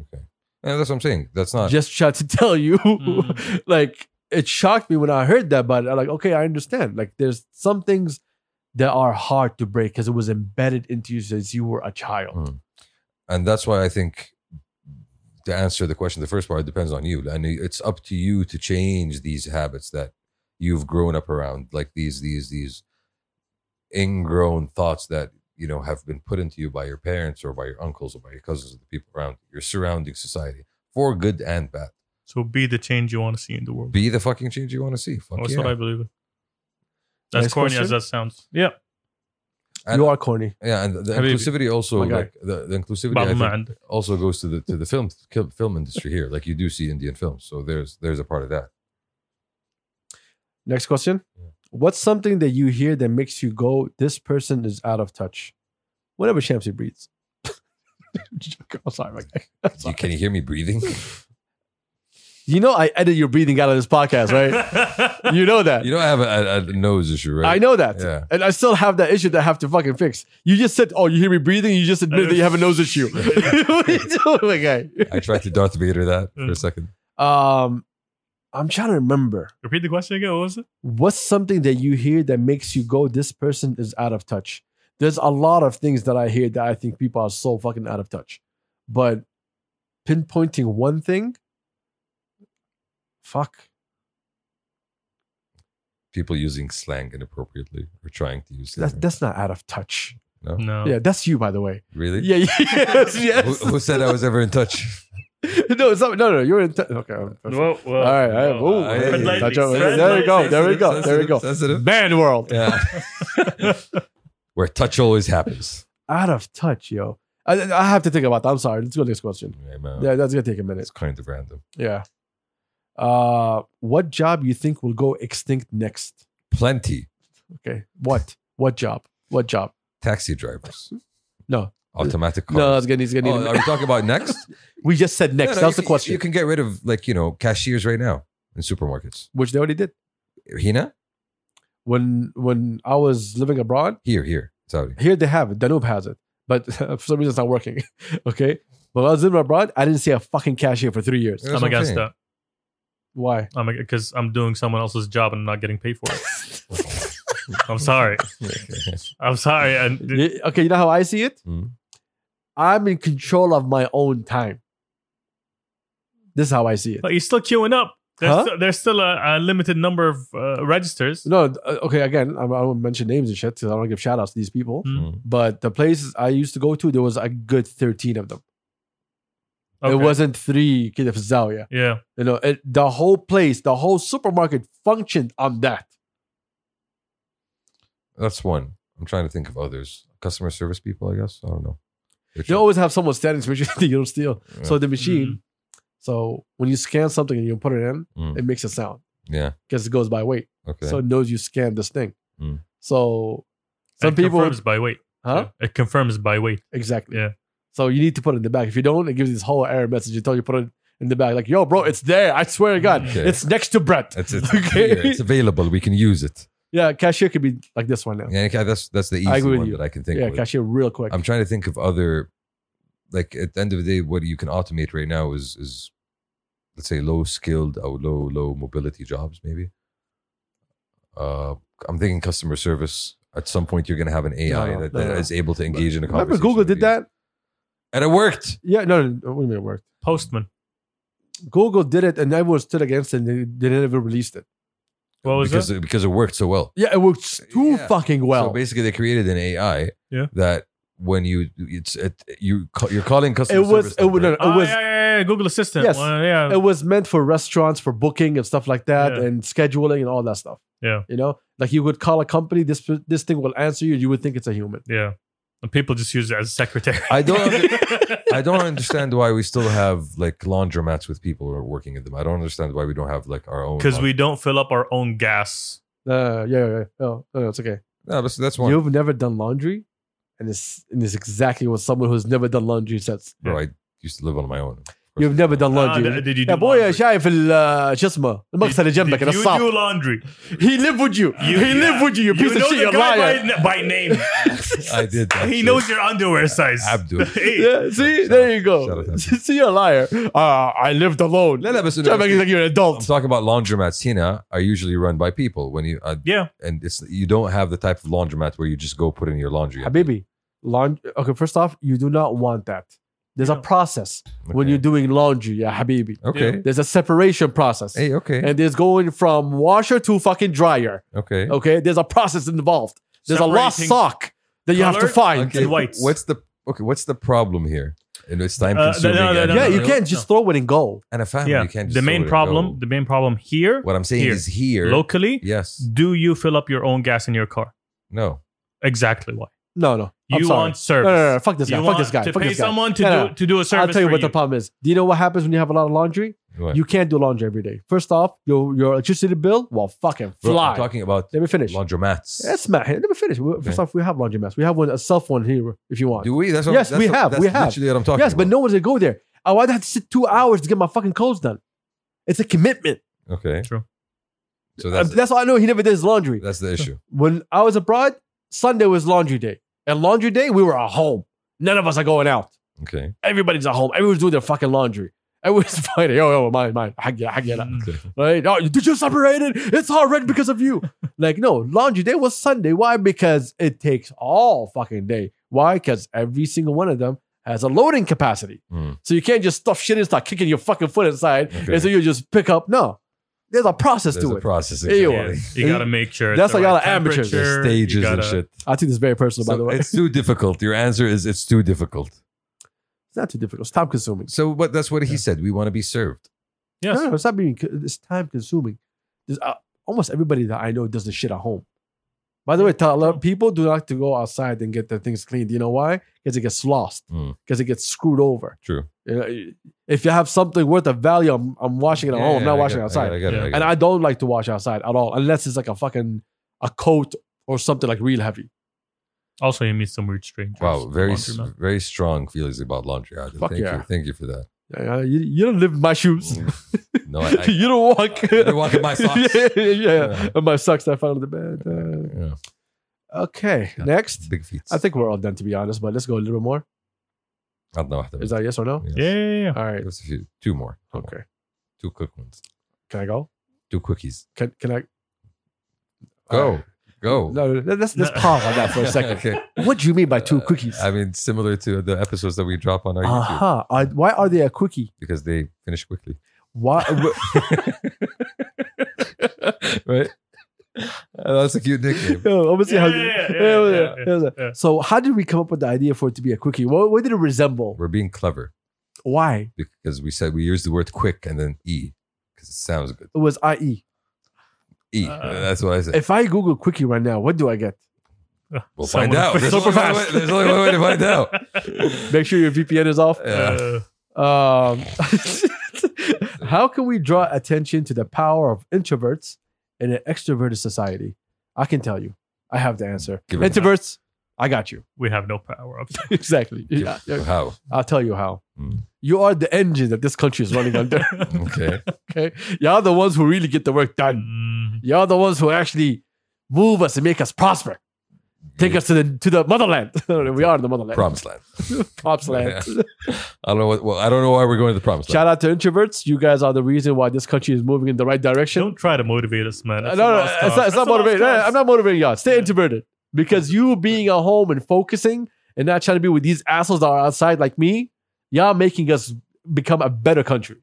S2: Okay, and that's what I'm saying. That's not.
S1: Just tried to tell you,
S3: Mm.
S1: like it shocked me when I heard that. But I'm like, okay, I understand. Like there's some things that are hard to break because it was embedded into you since you were a child.
S2: Mm. and that's why I think to answer the question, the first part depends on you, and it's up to you to change these habits that you've grown up around, like these these these ingrown thoughts that you know have been put into you by your parents or by your uncles or by your cousins or the people around you, your surrounding society, for good and bad.
S3: So be the change you want to see in the world.
S2: Be the fucking change you want to see. Fuck
S3: That's
S2: yeah.
S3: what I believe. in. As
S1: Next
S3: corny as
S1: question?
S3: that sounds. Yeah.
S2: And-
S1: you are corny.
S2: yeah, and the, the
S3: Habibi.
S2: inclusivity also,
S1: My guy.
S2: like the, the inclusivity, I
S3: بعض
S2: think,
S3: ما عنده.
S2: also goes to the to the film film industry here. Like you do see Indian films, so there's there's a part of that.
S1: Next question.
S2: Yeah.
S1: What's something that you hear that makes you go, this person is out of touch? Whatever Shamsi breathes. I'm sorry, my guy. I'm
S2: You,
S1: sorry.
S2: can you hear me breathing?
S1: You know, I edit your breathing out of this podcast, right? you know that.
S2: You know, I have a, a, a nose issue, right?
S1: I know that.
S2: Yeah.
S1: And I still have that issue that I have to fucking fix. You just said, oh, you hear me breathing? You just admit that you have a nose issue. what are you doing, my guy?
S2: I tried to Darth Vader that for
S1: Mm.
S2: a second.
S1: Um, I'm trying to remember.
S3: Repeat the question again. What was it?
S1: what's something that you hear that makes you go this person is out of touch there's a lot of things that i hear that i think people are so fucking out of touch but pinpointing one thing fuck
S2: People using slang inappropriately or trying to use slang.
S1: that's, that's not out of touch
S3: No.
S1: yeah that's you by the way
S2: really?
S1: yeah yes yes
S2: Who, who said I was ever in touch?
S1: no it's not no no you're in touch okay I'm- I'm-
S3: Well, well,
S1: all right, all right.
S3: well,
S1: Ooh,
S2: I-
S1: hey,
S2: Lightly,
S1: touch over here.
S3: lightly,
S1: there we go there we
S3: lightly.
S1: go there we go
S2: Sensitive.
S1: man world
S2: Yeah. Where touch always happens.
S1: out of touch yo I, I have to think about that i'm sorry let's go next question
S2: Yeah, man.
S1: yeah that's gonna take a minute
S2: It's kind of random.
S1: Yeah. Uh, what job you think will go extinct next?
S2: Plenty
S1: Okay. What? What job? What job?
S2: taxi drivers.
S1: No.
S2: automatic cars.
S1: No, it's gonna, it's gonna need.
S2: Oh, are we talking about next?
S1: we just said next.
S2: No, no,
S1: that was the
S2: you can-
S1: question,
S2: You can get rid of like you know cashiers right now in supermarkets.
S1: which they already did.
S2: Hina
S1: When when I was living abroad,
S2: here here Saudi.
S1: here they have it. Danube has it, but for some reason it's not working. okay, but when I was living abroad, I didn't see a fucking cashier for three years.
S2: That's
S3: I'm
S2: what I'm
S3: against
S2: saying.
S3: that.
S1: Why?
S3: I'm because I'm doing someone else's job and I'm not getting paid for it. I'm sorry.
S2: Mm-hmm.
S3: I'm sorry. And
S1: Y- Okay, you know how I see it.
S2: Hmm.
S1: I'm in control of my own time. This is how I see it.
S3: but you're still queuing up. There's,
S1: Huh?
S3: still, there's still a, a limited number of uh, registers.
S1: No, uh, okay. Again, I I won't mention names and shit because I don't wanna give shout outs to these people.
S3: Mm.
S2: Mm-hmm.
S1: But the places I used to go to, there was a good thirteen of them. It
S3: Okay.
S1: wasn't three kid of Zawiya.
S3: Yeah.
S1: You know, it, the whole place, the whole supermarket functioned on that.
S2: That's one. I'm trying to think of others. Customer service people, I guess. I don't know. They're
S1: You always have someone standing to make sure that you don't steal.
S2: tr-
S1: So the machine,
S3: Mm-hmm.
S1: so when you scan something and you put it in,
S3: Hmm.
S2: Mm.
S1: it makes a sound
S2: yeah.
S1: because it goes by weight.
S2: Okay.
S1: So it knows you scanned this thing.
S2: Mm.
S1: So some
S3: it
S1: people,
S3: Hmm. confirms by weight.
S1: huh?
S3: It confirms by weight.
S1: Exactly.
S3: Yeah.
S1: So you need to put it in the back. If you don't, it gives you this whole error message until you put it in the back. Like, yo, bro, it's there. I swear to God,
S2: Okay.
S1: it's next to Brett.
S2: It's it's,
S1: Okay.
S2: here. it's available. We can use it.
S1: Yeah, cashier could be like this one now.
S2: Yeah, okay, that's that's the
S1: I
S2: easy
S1: agree with
S2: one
S1: you.
S2: that I can think
S1: Yeah,
S2: of.
S1: cashier real quick.
S2: I'm trying to think of other like at the end of the day, what you can automate right now is is let's say low skilled or low low mobility jobs, maybe. Uh I'm thinking customer service. At some point you're gonna have an AI
S1: no,
S2: that,
S1: no,
S2: that
S1: no.
S2: is able to engage in a conversation.
S1: Remember Google
S2: with
S1: did
S2: you.
S1: that?
S2: And it worked.
S1: Yeah, no, no, no, wait a minute, it worked.
S3: Postman.
S1: Google did it and everyone stood against it and they, they never released it.
S3: What was
S2: because
S3: it?
S2: because it worked so well.
S1: Yeah, it works too
S2: Yeah.
S1: fucking well.
S2: so basically they created an AI
S3: Yeah.
S2: that when you it's it, you ca- you're calling customer
S1: it was
S2: service
S1: it, was- no, no,
S2: number.
S1: it
S3: Oh,
S1: was
S3: yeah, yeah, yeah, Google Assistant.
S1: Yes.
S3: Well, yeah.
S1: it was meant for restaurants for booking and stuff like that
S3: Yeah.
S1: and scheduling and all that stuff.
S3: Yeah.
S1: You know, like you would call a company, this this thing will answer you, you would think it's a human.
S3: yeah. And people just use it as secretary.
S2: I don't under- I don't understand why we still have like laundromats with people who are working in them. I don't understand why we don't have like our own.
S3: Because we don't fill up our own gas.
S1: Uh, yeah, yeah, yeah. Oh, no, no, it's okay.
S2: no, that's, that's one.
S1: You've never done laundry, and it's and it's exactly what someone who's never done laundry says.
S2: Bro, I used to live on my own. Of course
S1: You've
S2: I
S1: never
S2: don't.
S1: done
S3: Ah,
S1: laundry.
S3: d- did you do
S1: يا ابويا
S3: laundry?
S1: شايف ال- شو اسمه المغسله اللي جنبك
S3: Did
S1: انا
S3: you
S1: الصعب
S3: do laundry?
S1: He lived with you.
S3: You-
S1: he lived with you. You piece
S3: you
S1: of
S3: know
S1: shit.
S3: the
S1: You're
S3: guy
S1: lying.
S3: by, by name.
S2: I did.
S3: he
S2: actually.
S3: knows your underwear size.
S2: Abdul.
S3: Hey,
S1: Yeah, see,
S2: Shut
S1: there you
S2: up. Shut
S1: go.
S2: up, Hassan.
S1: see, you're a liar. Uh, I lived alone.
S2: No, no, but-
S1: Trying to make it like you're an
S2: I'm
S1: adult.
S2: talking about laundromats. Hina are usually run by people. When you uh,
S3: Yeah.
S2: and it's you don't have the type of laundromat where you just go put in your laundry.
S1: Habibi, laundry. Okay, first off, you do not want that. There's a
S3: No.
S1: process when
S2: Okay.
S1: you're doing laundry, yeah, Habibi.
S2: okay.
S1: There's a separation process.
S2: Hey, okay,
S1: And there's going from washer to fucking dryer.
S2: okay.
S1: Okay, there's a process involved. There's a lost
S3: Separating
S1: sock that you have to
S3: colored
S1: find.
S2: okay.
S3: whites.
S2: What's the okay? What's the problem here? And it's time
S3: Uh, no,
S2: consuming.
S3: no, no,
S2: and,
S3: no,
S1: Yeah,
S3: no,
S1: you
S3: no.
S1: can't just throw it and go.
S2: and a family.
S3: yeah.
S2: You can't just
S3: The
S2: throw it
S3: main
S2: and
S3: problem,
S2: go.
S3: the main problem here,
S2: What I'm saying
S3: Here.
S2: is here.
S3: locally,
S2: yes.
S3: do you fill up your own gas in your car?
S2: No.
S3: Exactly why.
S1: No, no. I'm
S3: You
S1: sorry.
S3: want service.
S1: No, no, no, no. Fuck this
S3: You
S1: guy. Fuck
S3: want
S1: this guy.
S3: to
S1: Fuck
S3: pay
S1: this guy.
S3: someone to,
S1: No, no.
S3: do, to do a service
S1: I'll tell you
S3: for
S1: what the problem is. Do you know what happens when you have a lot of laundry?
S2: What?
S1: You can't do laundry every day. First off, your your electricity bill will fucking
S2: Bro,
S1: fly.
S2: I'm talking about
S1: Let me finish.
S2: laundromats.
S1: That's Matt. Let me finish. We- First
S2: Okay.
S1: off, we have laundry mats. We have one a cell phone here if you want.
S2: Do we? That's what,
S1: Yes,
S2: that's
S1: we
S2: what-
S1: have,
S2: That's
S1: we have.
S2: literally what I'm talking
S1: yes, but
S2: about.
S1: no one's gonna go there. I would have to sit two hours to get my fucking clothes done. It's a commitment.
S2: no. Okay.
S3: True.
S2: So
S1: That's,
S2: that's
S1: that's all I know. He never did his laundry.
S2: that's the issue.
S1: When I was abroad, Sunday was laundry day, and laundry day we were at home. None of us are going out.
S2: Okay.
S1: Everybody's at home. Everyone's doing their fucking laundry. Everyone's fighting. Yo, yo, mine, mine. I get, I get
S2: Mm-hmm.
S1: it.
S3: Mm.
S1: Right? Oh, did you separate it? It's all red because of you. like, no, laundry day was Sunday. Why? Because it takes all fucking day. Why? Because every single one of them has a loading capacity.
S2: Mm.
S1: So you can't just stuff shit and start kicking your fucking foot inside.
S2: Okay.
S1: And so you just pick up. No, there's a process
S2: There's
S1: to
S2: a
S1: it.
S2: process.
S1: Hey, yo.
S3: Yeah,
S2: Exactly.
S3: you gotta make sure. it's
S1: That's
S3: the
S1: like all
S3: right
S1: the amateurs.
S2: There's
S3: temperature.
S2: stages
S3: You
S2: and
S3: gotta-
S2: shit.
S1: I think this is very personal, by
S2: So
S1: the way. It's,
S2: it's too difficult. Your answer is it's too difficult.
S1: not too difficult. It's time consuming.
S2: So, but that's what he said. We want to be served.
S3: Yes.
S1: No, no, it's not being. It's time consuming. There's, uh, almost everybody that I know does this shit at home. By the way, a lot of people do like to go outside and get their things cleaned. You know why? Because it gets lost.
S2: Mm.
S1: Because it gets screwed over.
S2: True.
S1: You know, if you have something worth of value, I'm, I'm washing it at home. oh, I'm not
S2: I
S1: washing
S2: get-
S1: it
S2: I
S1: outside.
S2: get- I get it,
S3: Yeah.
S2: I get
S1: and
S2: it.
S1: I don't like to wash outside at all, unless it's like a fucking a coat or something like real heavy.
S3: Also, you meet some weird strangers.
S2: Wow,
S3: in the
S2: very s-
S3: laundromat.
S2: very strong feelings about laundry. Adil.
S1: Fuck
S2: Thank
S1: yeah.
S2: you, thank you for that.
S1: Uh, you, you don't live in my shoes.
S2: Mm. no, I, I,
S1: you don't walk.
S2: You don't walk in my socks.
S1: yeah, yeah, yeah.
S2: Yeah.
S1: And my socks I found in the bed.
S2: yeah,
S1: Uh, okay,
S2: Yeah.
S1: next.
S2: big feet.
S1: I think we're all done to be honest, but let's go a little bit more.
S2: عندنا واحدة
S1: Is that yes or no?
S2: Yes.
S3: Yeah, yeah, yeah.
S1: All right.
S2: There's a few- two more. Two more.
S1: Okay.
S2: two quick ones,
S1: Can I go?
S2: two quickies.
S1: Can Can I
S2: Go,
S1: All right.
S2: go.
S1: No, no, no, let's let's
S3: No.
S1: pause on that for a second.
S2: okay.
S1: What do you mean by two cookies?
S2: Uh, I mean, similar to the episodes that we drop on our
S1: Uh
S2: YouTube
S1: huh. Why are they a quickie?
S2: because they finish quickly,
S1: Why?
S2: right? Uh, That's a cute nickname.
S1: Yo, I'm gonna see how-
S3: Yeah, yeah, yeah, yeah, yeah,
S1: yeah,
S3: yeah.
S1: So, how did we come up with the idea for it to be a quickie? What, what did it resemble?
S2: We're being clever
S1: Why?
S2: because we said we used the word quick and then e because it sounds good.
S1: It was IE.
S2: E.
S3: Uh,
S2: that's what I said.
S1: If I Google quickie right now, what do I get?
S2: We'll
S3: Someone
S2: find out.
S3: fix-
S2: There's only,
S3: super
S2: one way,
S3: fast.
S2: there's only one way to find out.
S1: Make sure your VPN is off.
S2: Yeah.
S3: Uh,
S1: Um, how can we draw attention to the power of introverts in an extroverted society? I can tell you. I have the answer.
S2: Give it-
S1: Introverts, I got you.
S3: we have no power up.
S1: exactly.
S2: Give-
S1: Yeah, yeah.
S2: How?
S1: I'll tell you how.
S2: Mm.
S1: You are the engine that this country is running under.
S2: Okay.
S1: okay. Y'all the ones who really get the work done.
S3: Mm,
S1: Y'all the ones who actually move us and make us prosper. Take us to the to the motherland. we are the motherland.
S2: Promised land.
S1: Props land.
S2: I don't know. What, well, I don't know why we're going to the promised land.
S1: Shout out to introverts. You guys are the reason why this country is moving in the right direction.
S3: don't try to motivate us, man.
S1: Uh, no, no, it's not, it's not motivating. No, I'm not motivating y'all. Stay
S3: Yeah.
S1: introverted because you being at home and focusing and not trying to be with these assholes that are outside like me, y'all making us become a better country.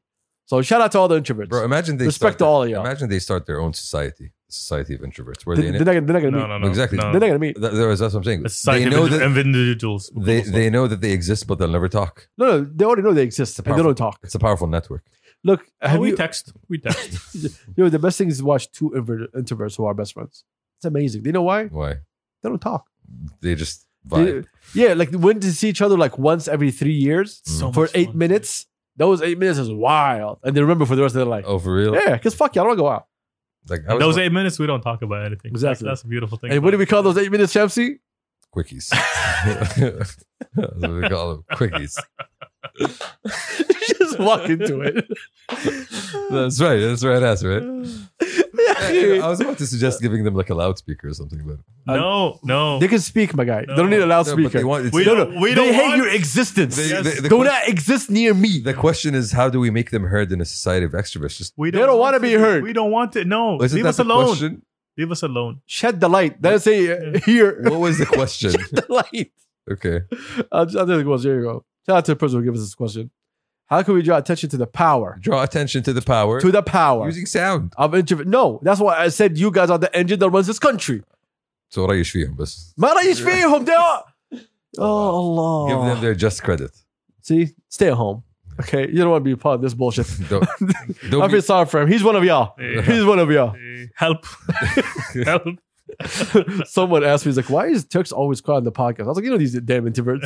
S1: So shout out to all the introverts.
S2: Bro, imagine they
S1: Respect
S2: start
S1: to
S2: their-
S1: all of y'all.
S2: Imagine they start their own society, the society of introverts, where
S1: They-
S2: they,
S1: They're not, gonna- they're not
S3: No,
S1: gonna meet.
S3: no, no.
S2: Exactly.
S3: No.
S1: They're not gonna meet.
S2: that, that was- that's what I'm saying.
S3: It's
S2: They
S3: society
S2: know
S3: of
S2: that
S3: individ- individuals.
S2: they, they know that they exist, but they'll never talk.
S1: No, no, they already know they exist and they
S2: powerful.
S1: don't talk.
S2: It's a powerful network.
S1: Look,
S3: Have
S1: have
S3: we
S1: you,
S3: text. We text.
S1: you know, the best thing is watch two invert- introverts who are best friends. It's amazing. You know why?
S2: Why?
S1: They don't talk.
S2: They just
S1: They-
S2: vibe.
S1: yeah, like when to see each other like once every three years.
S3: So
S1: for
S3: much
S1: eight
S3: fun.
S1: minutes. Those eight minutes is wild, and they remember for the rest of their life.
S2: Oh, for real?
S1: Yeah, because fuck y'all, I don't go out.
S2: Like I
S3: In
S2: was
S3: Those eight minutes, we don't talk about anything.
S1: Exactly.
S3: That's, that's a beautiful thing.
S1: and what do we call those eight minutes, Shamsi?
S2: quickies. that's what they call them, quickies.
S1: Just walk into it.
S2: That's right. That's right. That's right. I
S1: Yeah.
S2: was about to suggest giving them like a loudspeaker or something, but
S3: No, no.
S1: Uh, they can speak, my guy.
S3: No.
S1: They don't need a
S2: No, but
S1: loudspeaker.
S2: they want. it's-
S3: We
S1: no,
S3: don't-
S1: no,
S3: we
S1: they
S3: don't
S1: hate
S3: want-
S1: your existence.
S2: They-
S3: Yes.
S2: they- the
S1: do
S2: que-
S1: not exist near me.
S2: The question is, how do we make them heard in a society of extroverts? Just
S3: we
S1: they don't wanna be
S3: it.
S1: heard.
S3: We don't want it. No.
S2: isn't
S3: Leave
S2: that
S3: us
S2: the
S3: alone.
S2: question?
S3: Leave us alone.
S1: Shed the light. That's say here.
S2: What was the question?
S1: the light.
S2: okay,
S1: I think it was here you go. Shout out to the person who gave us this question. How can we draw attention to the power?
S2: draw attention to the power,
S1: To the power
S2: using sound.
S1: of introvert. No, that's why I said you guys are the engine that runs this country.
S2: So what are you shooting, بس
S1: ما رايش فيهم ده Oh Allah.
S2: give them their just credit.
S1: See, stay at home. Okay, you don't want to be part of this bullshit.
S2: Don't,
S1: I
S2: don't be,
S1: feel sorry for him. He's one of y'all.
S3: Eh,
S1: He's one of y'all.
S3: eh, Help. Help.
S1: Someone asked me, he's like, why is Turks always quiet on the podcast? I was like, you know, these damn introverts.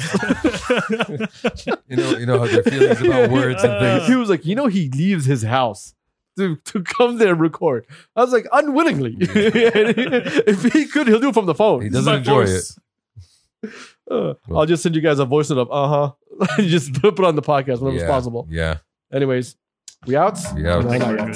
S2: you know, you know how their feelings about words and things.
S1: he was like, you know, he leaves his house to, to come there and record. I was like, unwillingly. if he could, he'll do it from the
S2: He
S1: phone.
S2: doesn't
S3: My
S2: enjoy it.
S3: voice.
S1: Uh, I'll just send you guys a voice note of, uh huh. just put it on the podcast whenever it's
S2: yeah,
S1: possible.
S2: Yeah,
S1: Anyways, we out?
S2: We out.
S1: Not
S3: Very
S1: yet.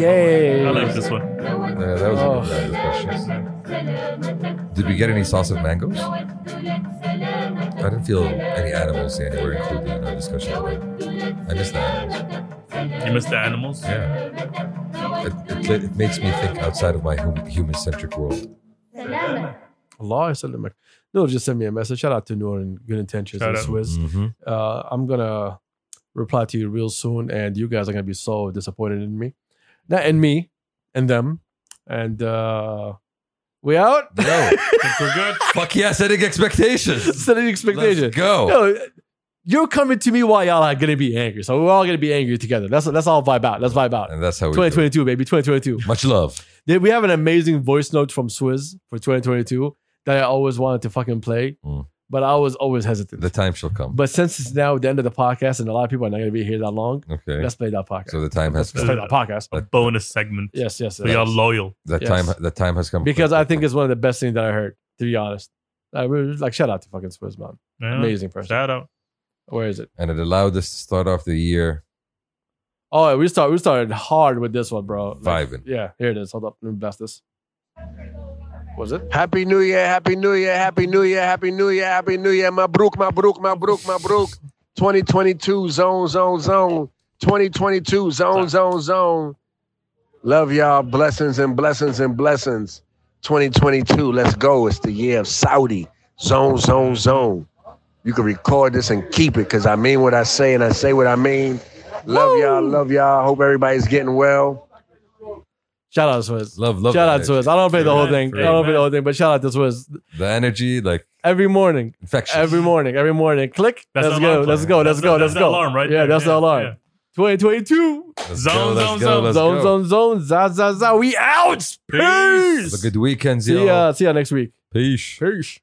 S3: good.
S1: Yay.
S3: I like this one.
S2: Yeah, Uh, that was
S1: Oh.
S2: a good question. Did we get any sauce of mangoes? I didn't feel any animals anywhere included in our discussion today. I miss the animals.
S3: You missed the animals?
S2: Yeah. It, it, li- it makes me think outside of my hum- human centric world.
S1: Allah يسلمك. Noor just sent me a message. Shout out to Noor and good intentions
S3: Shout
S1: and
S3: out.
S2: Mm.
S1: Swiss.
S2: Mm-hmm.
S1: Uh, I'm gonna reply to you real soon, and you guys are gonna be so disappointed in me, not in me, and them, and uh, we out.
S2: No.
S3: Think we're good?
S2: Fuck yeah, setting expectations.
S1: Setting expectation.
S2: Let's go.
S1: Yo, you're coming to me while y'all are gonna be angry, so we're all gonna be angry together. That's that's all vibe out. Let's vibe out.
S2: And that's how we do it.
S1: 2022, baby. 2022.
S2: Much love.
S1: Then we have an amazing voice note from Swizz for 2022 that I always wanted to fucking play,
S2: Mm.
S1: but I was always hesitant.
S2: The time shall come.
S1: But since it's now the end of the podcast and a lot of people are not going to be here that long,
S2: Okay.
S1: let's play that podcast.
S2: So the time has
S1: let's play that podcast.
S3: A bonus segment.
S1: Yes, yes.
S3: So y'all
S1: yes.
S3: loyal.
S2: that
S1: Yes.
S2: time that time has come.
S1: Because I think it's one of the best things that I heard, to be honest. I really, like shout out to fucking Swizz man,
S3: Yeah.
S1: amazing person.
S3: Shout out.
S1: Where is it?
S2: and it allowed us to start off the year
S1: Oh, we started we started hard with this one, bro. Like,
S2: vibing.
S1: yeah, here it is. Hold up, let me blast this. Was it?
S5: Happy New Year, Happy New Year, Happy New Year, Happy New Year, Happy New Year. Mabruk, Mabruk, Mabruk, Mabruk. 2022, zone, zone, zone. 2022, zone, zone, zone. Love y'all. Blessings and blessings and blessings. 2022, let's go. It's the year of Saudi. Zone, zone, zone. You can record this and keep it because I mean what I say and I say what I mean. Love y'all, love y'all. Hope everybody's getting well.
S1: Shout out to Swizz.
S2: Love, love.
S1: shout
S2: the
S1: out to
S2: energy.
S1: Swizz. I don't play the whole
S3: Amen.
S1: thing. I don't play the
S3: Amen.
S1: whole thing, but shout out to Swizz.
S2: The energy, like
S1: Every morning,
S2: infectious.
S1: every morning, every morning. Click.
S3: That's
S1: let's
S3: the alarm
S1: go. Let's
S3: clock.
S1: go. Let's
S3: That's
S1: go.
S3: the-
S1: Let's
S3: that's the
S1: go.
S3: alarm right
S1: Yeah,
S3: there.
S1: that's the
S3: Yeah,
S1: alarm.
S3: yeah.
S1: 2022.
S2: Let's
S3: Zone,
S2: go, let's
S3: zone,
S2: go,
S3: zone.
S2: let's
S1: Zone,
S2: go.
S1: zone, zone. Za, za, za. We out.
S3: Peace.
S2: Have a
S1: Peace.
S2: good weekend,
S1: See
S2: yo.
S1: ya. See ya next week.
S2: Peace.
S1: Peace.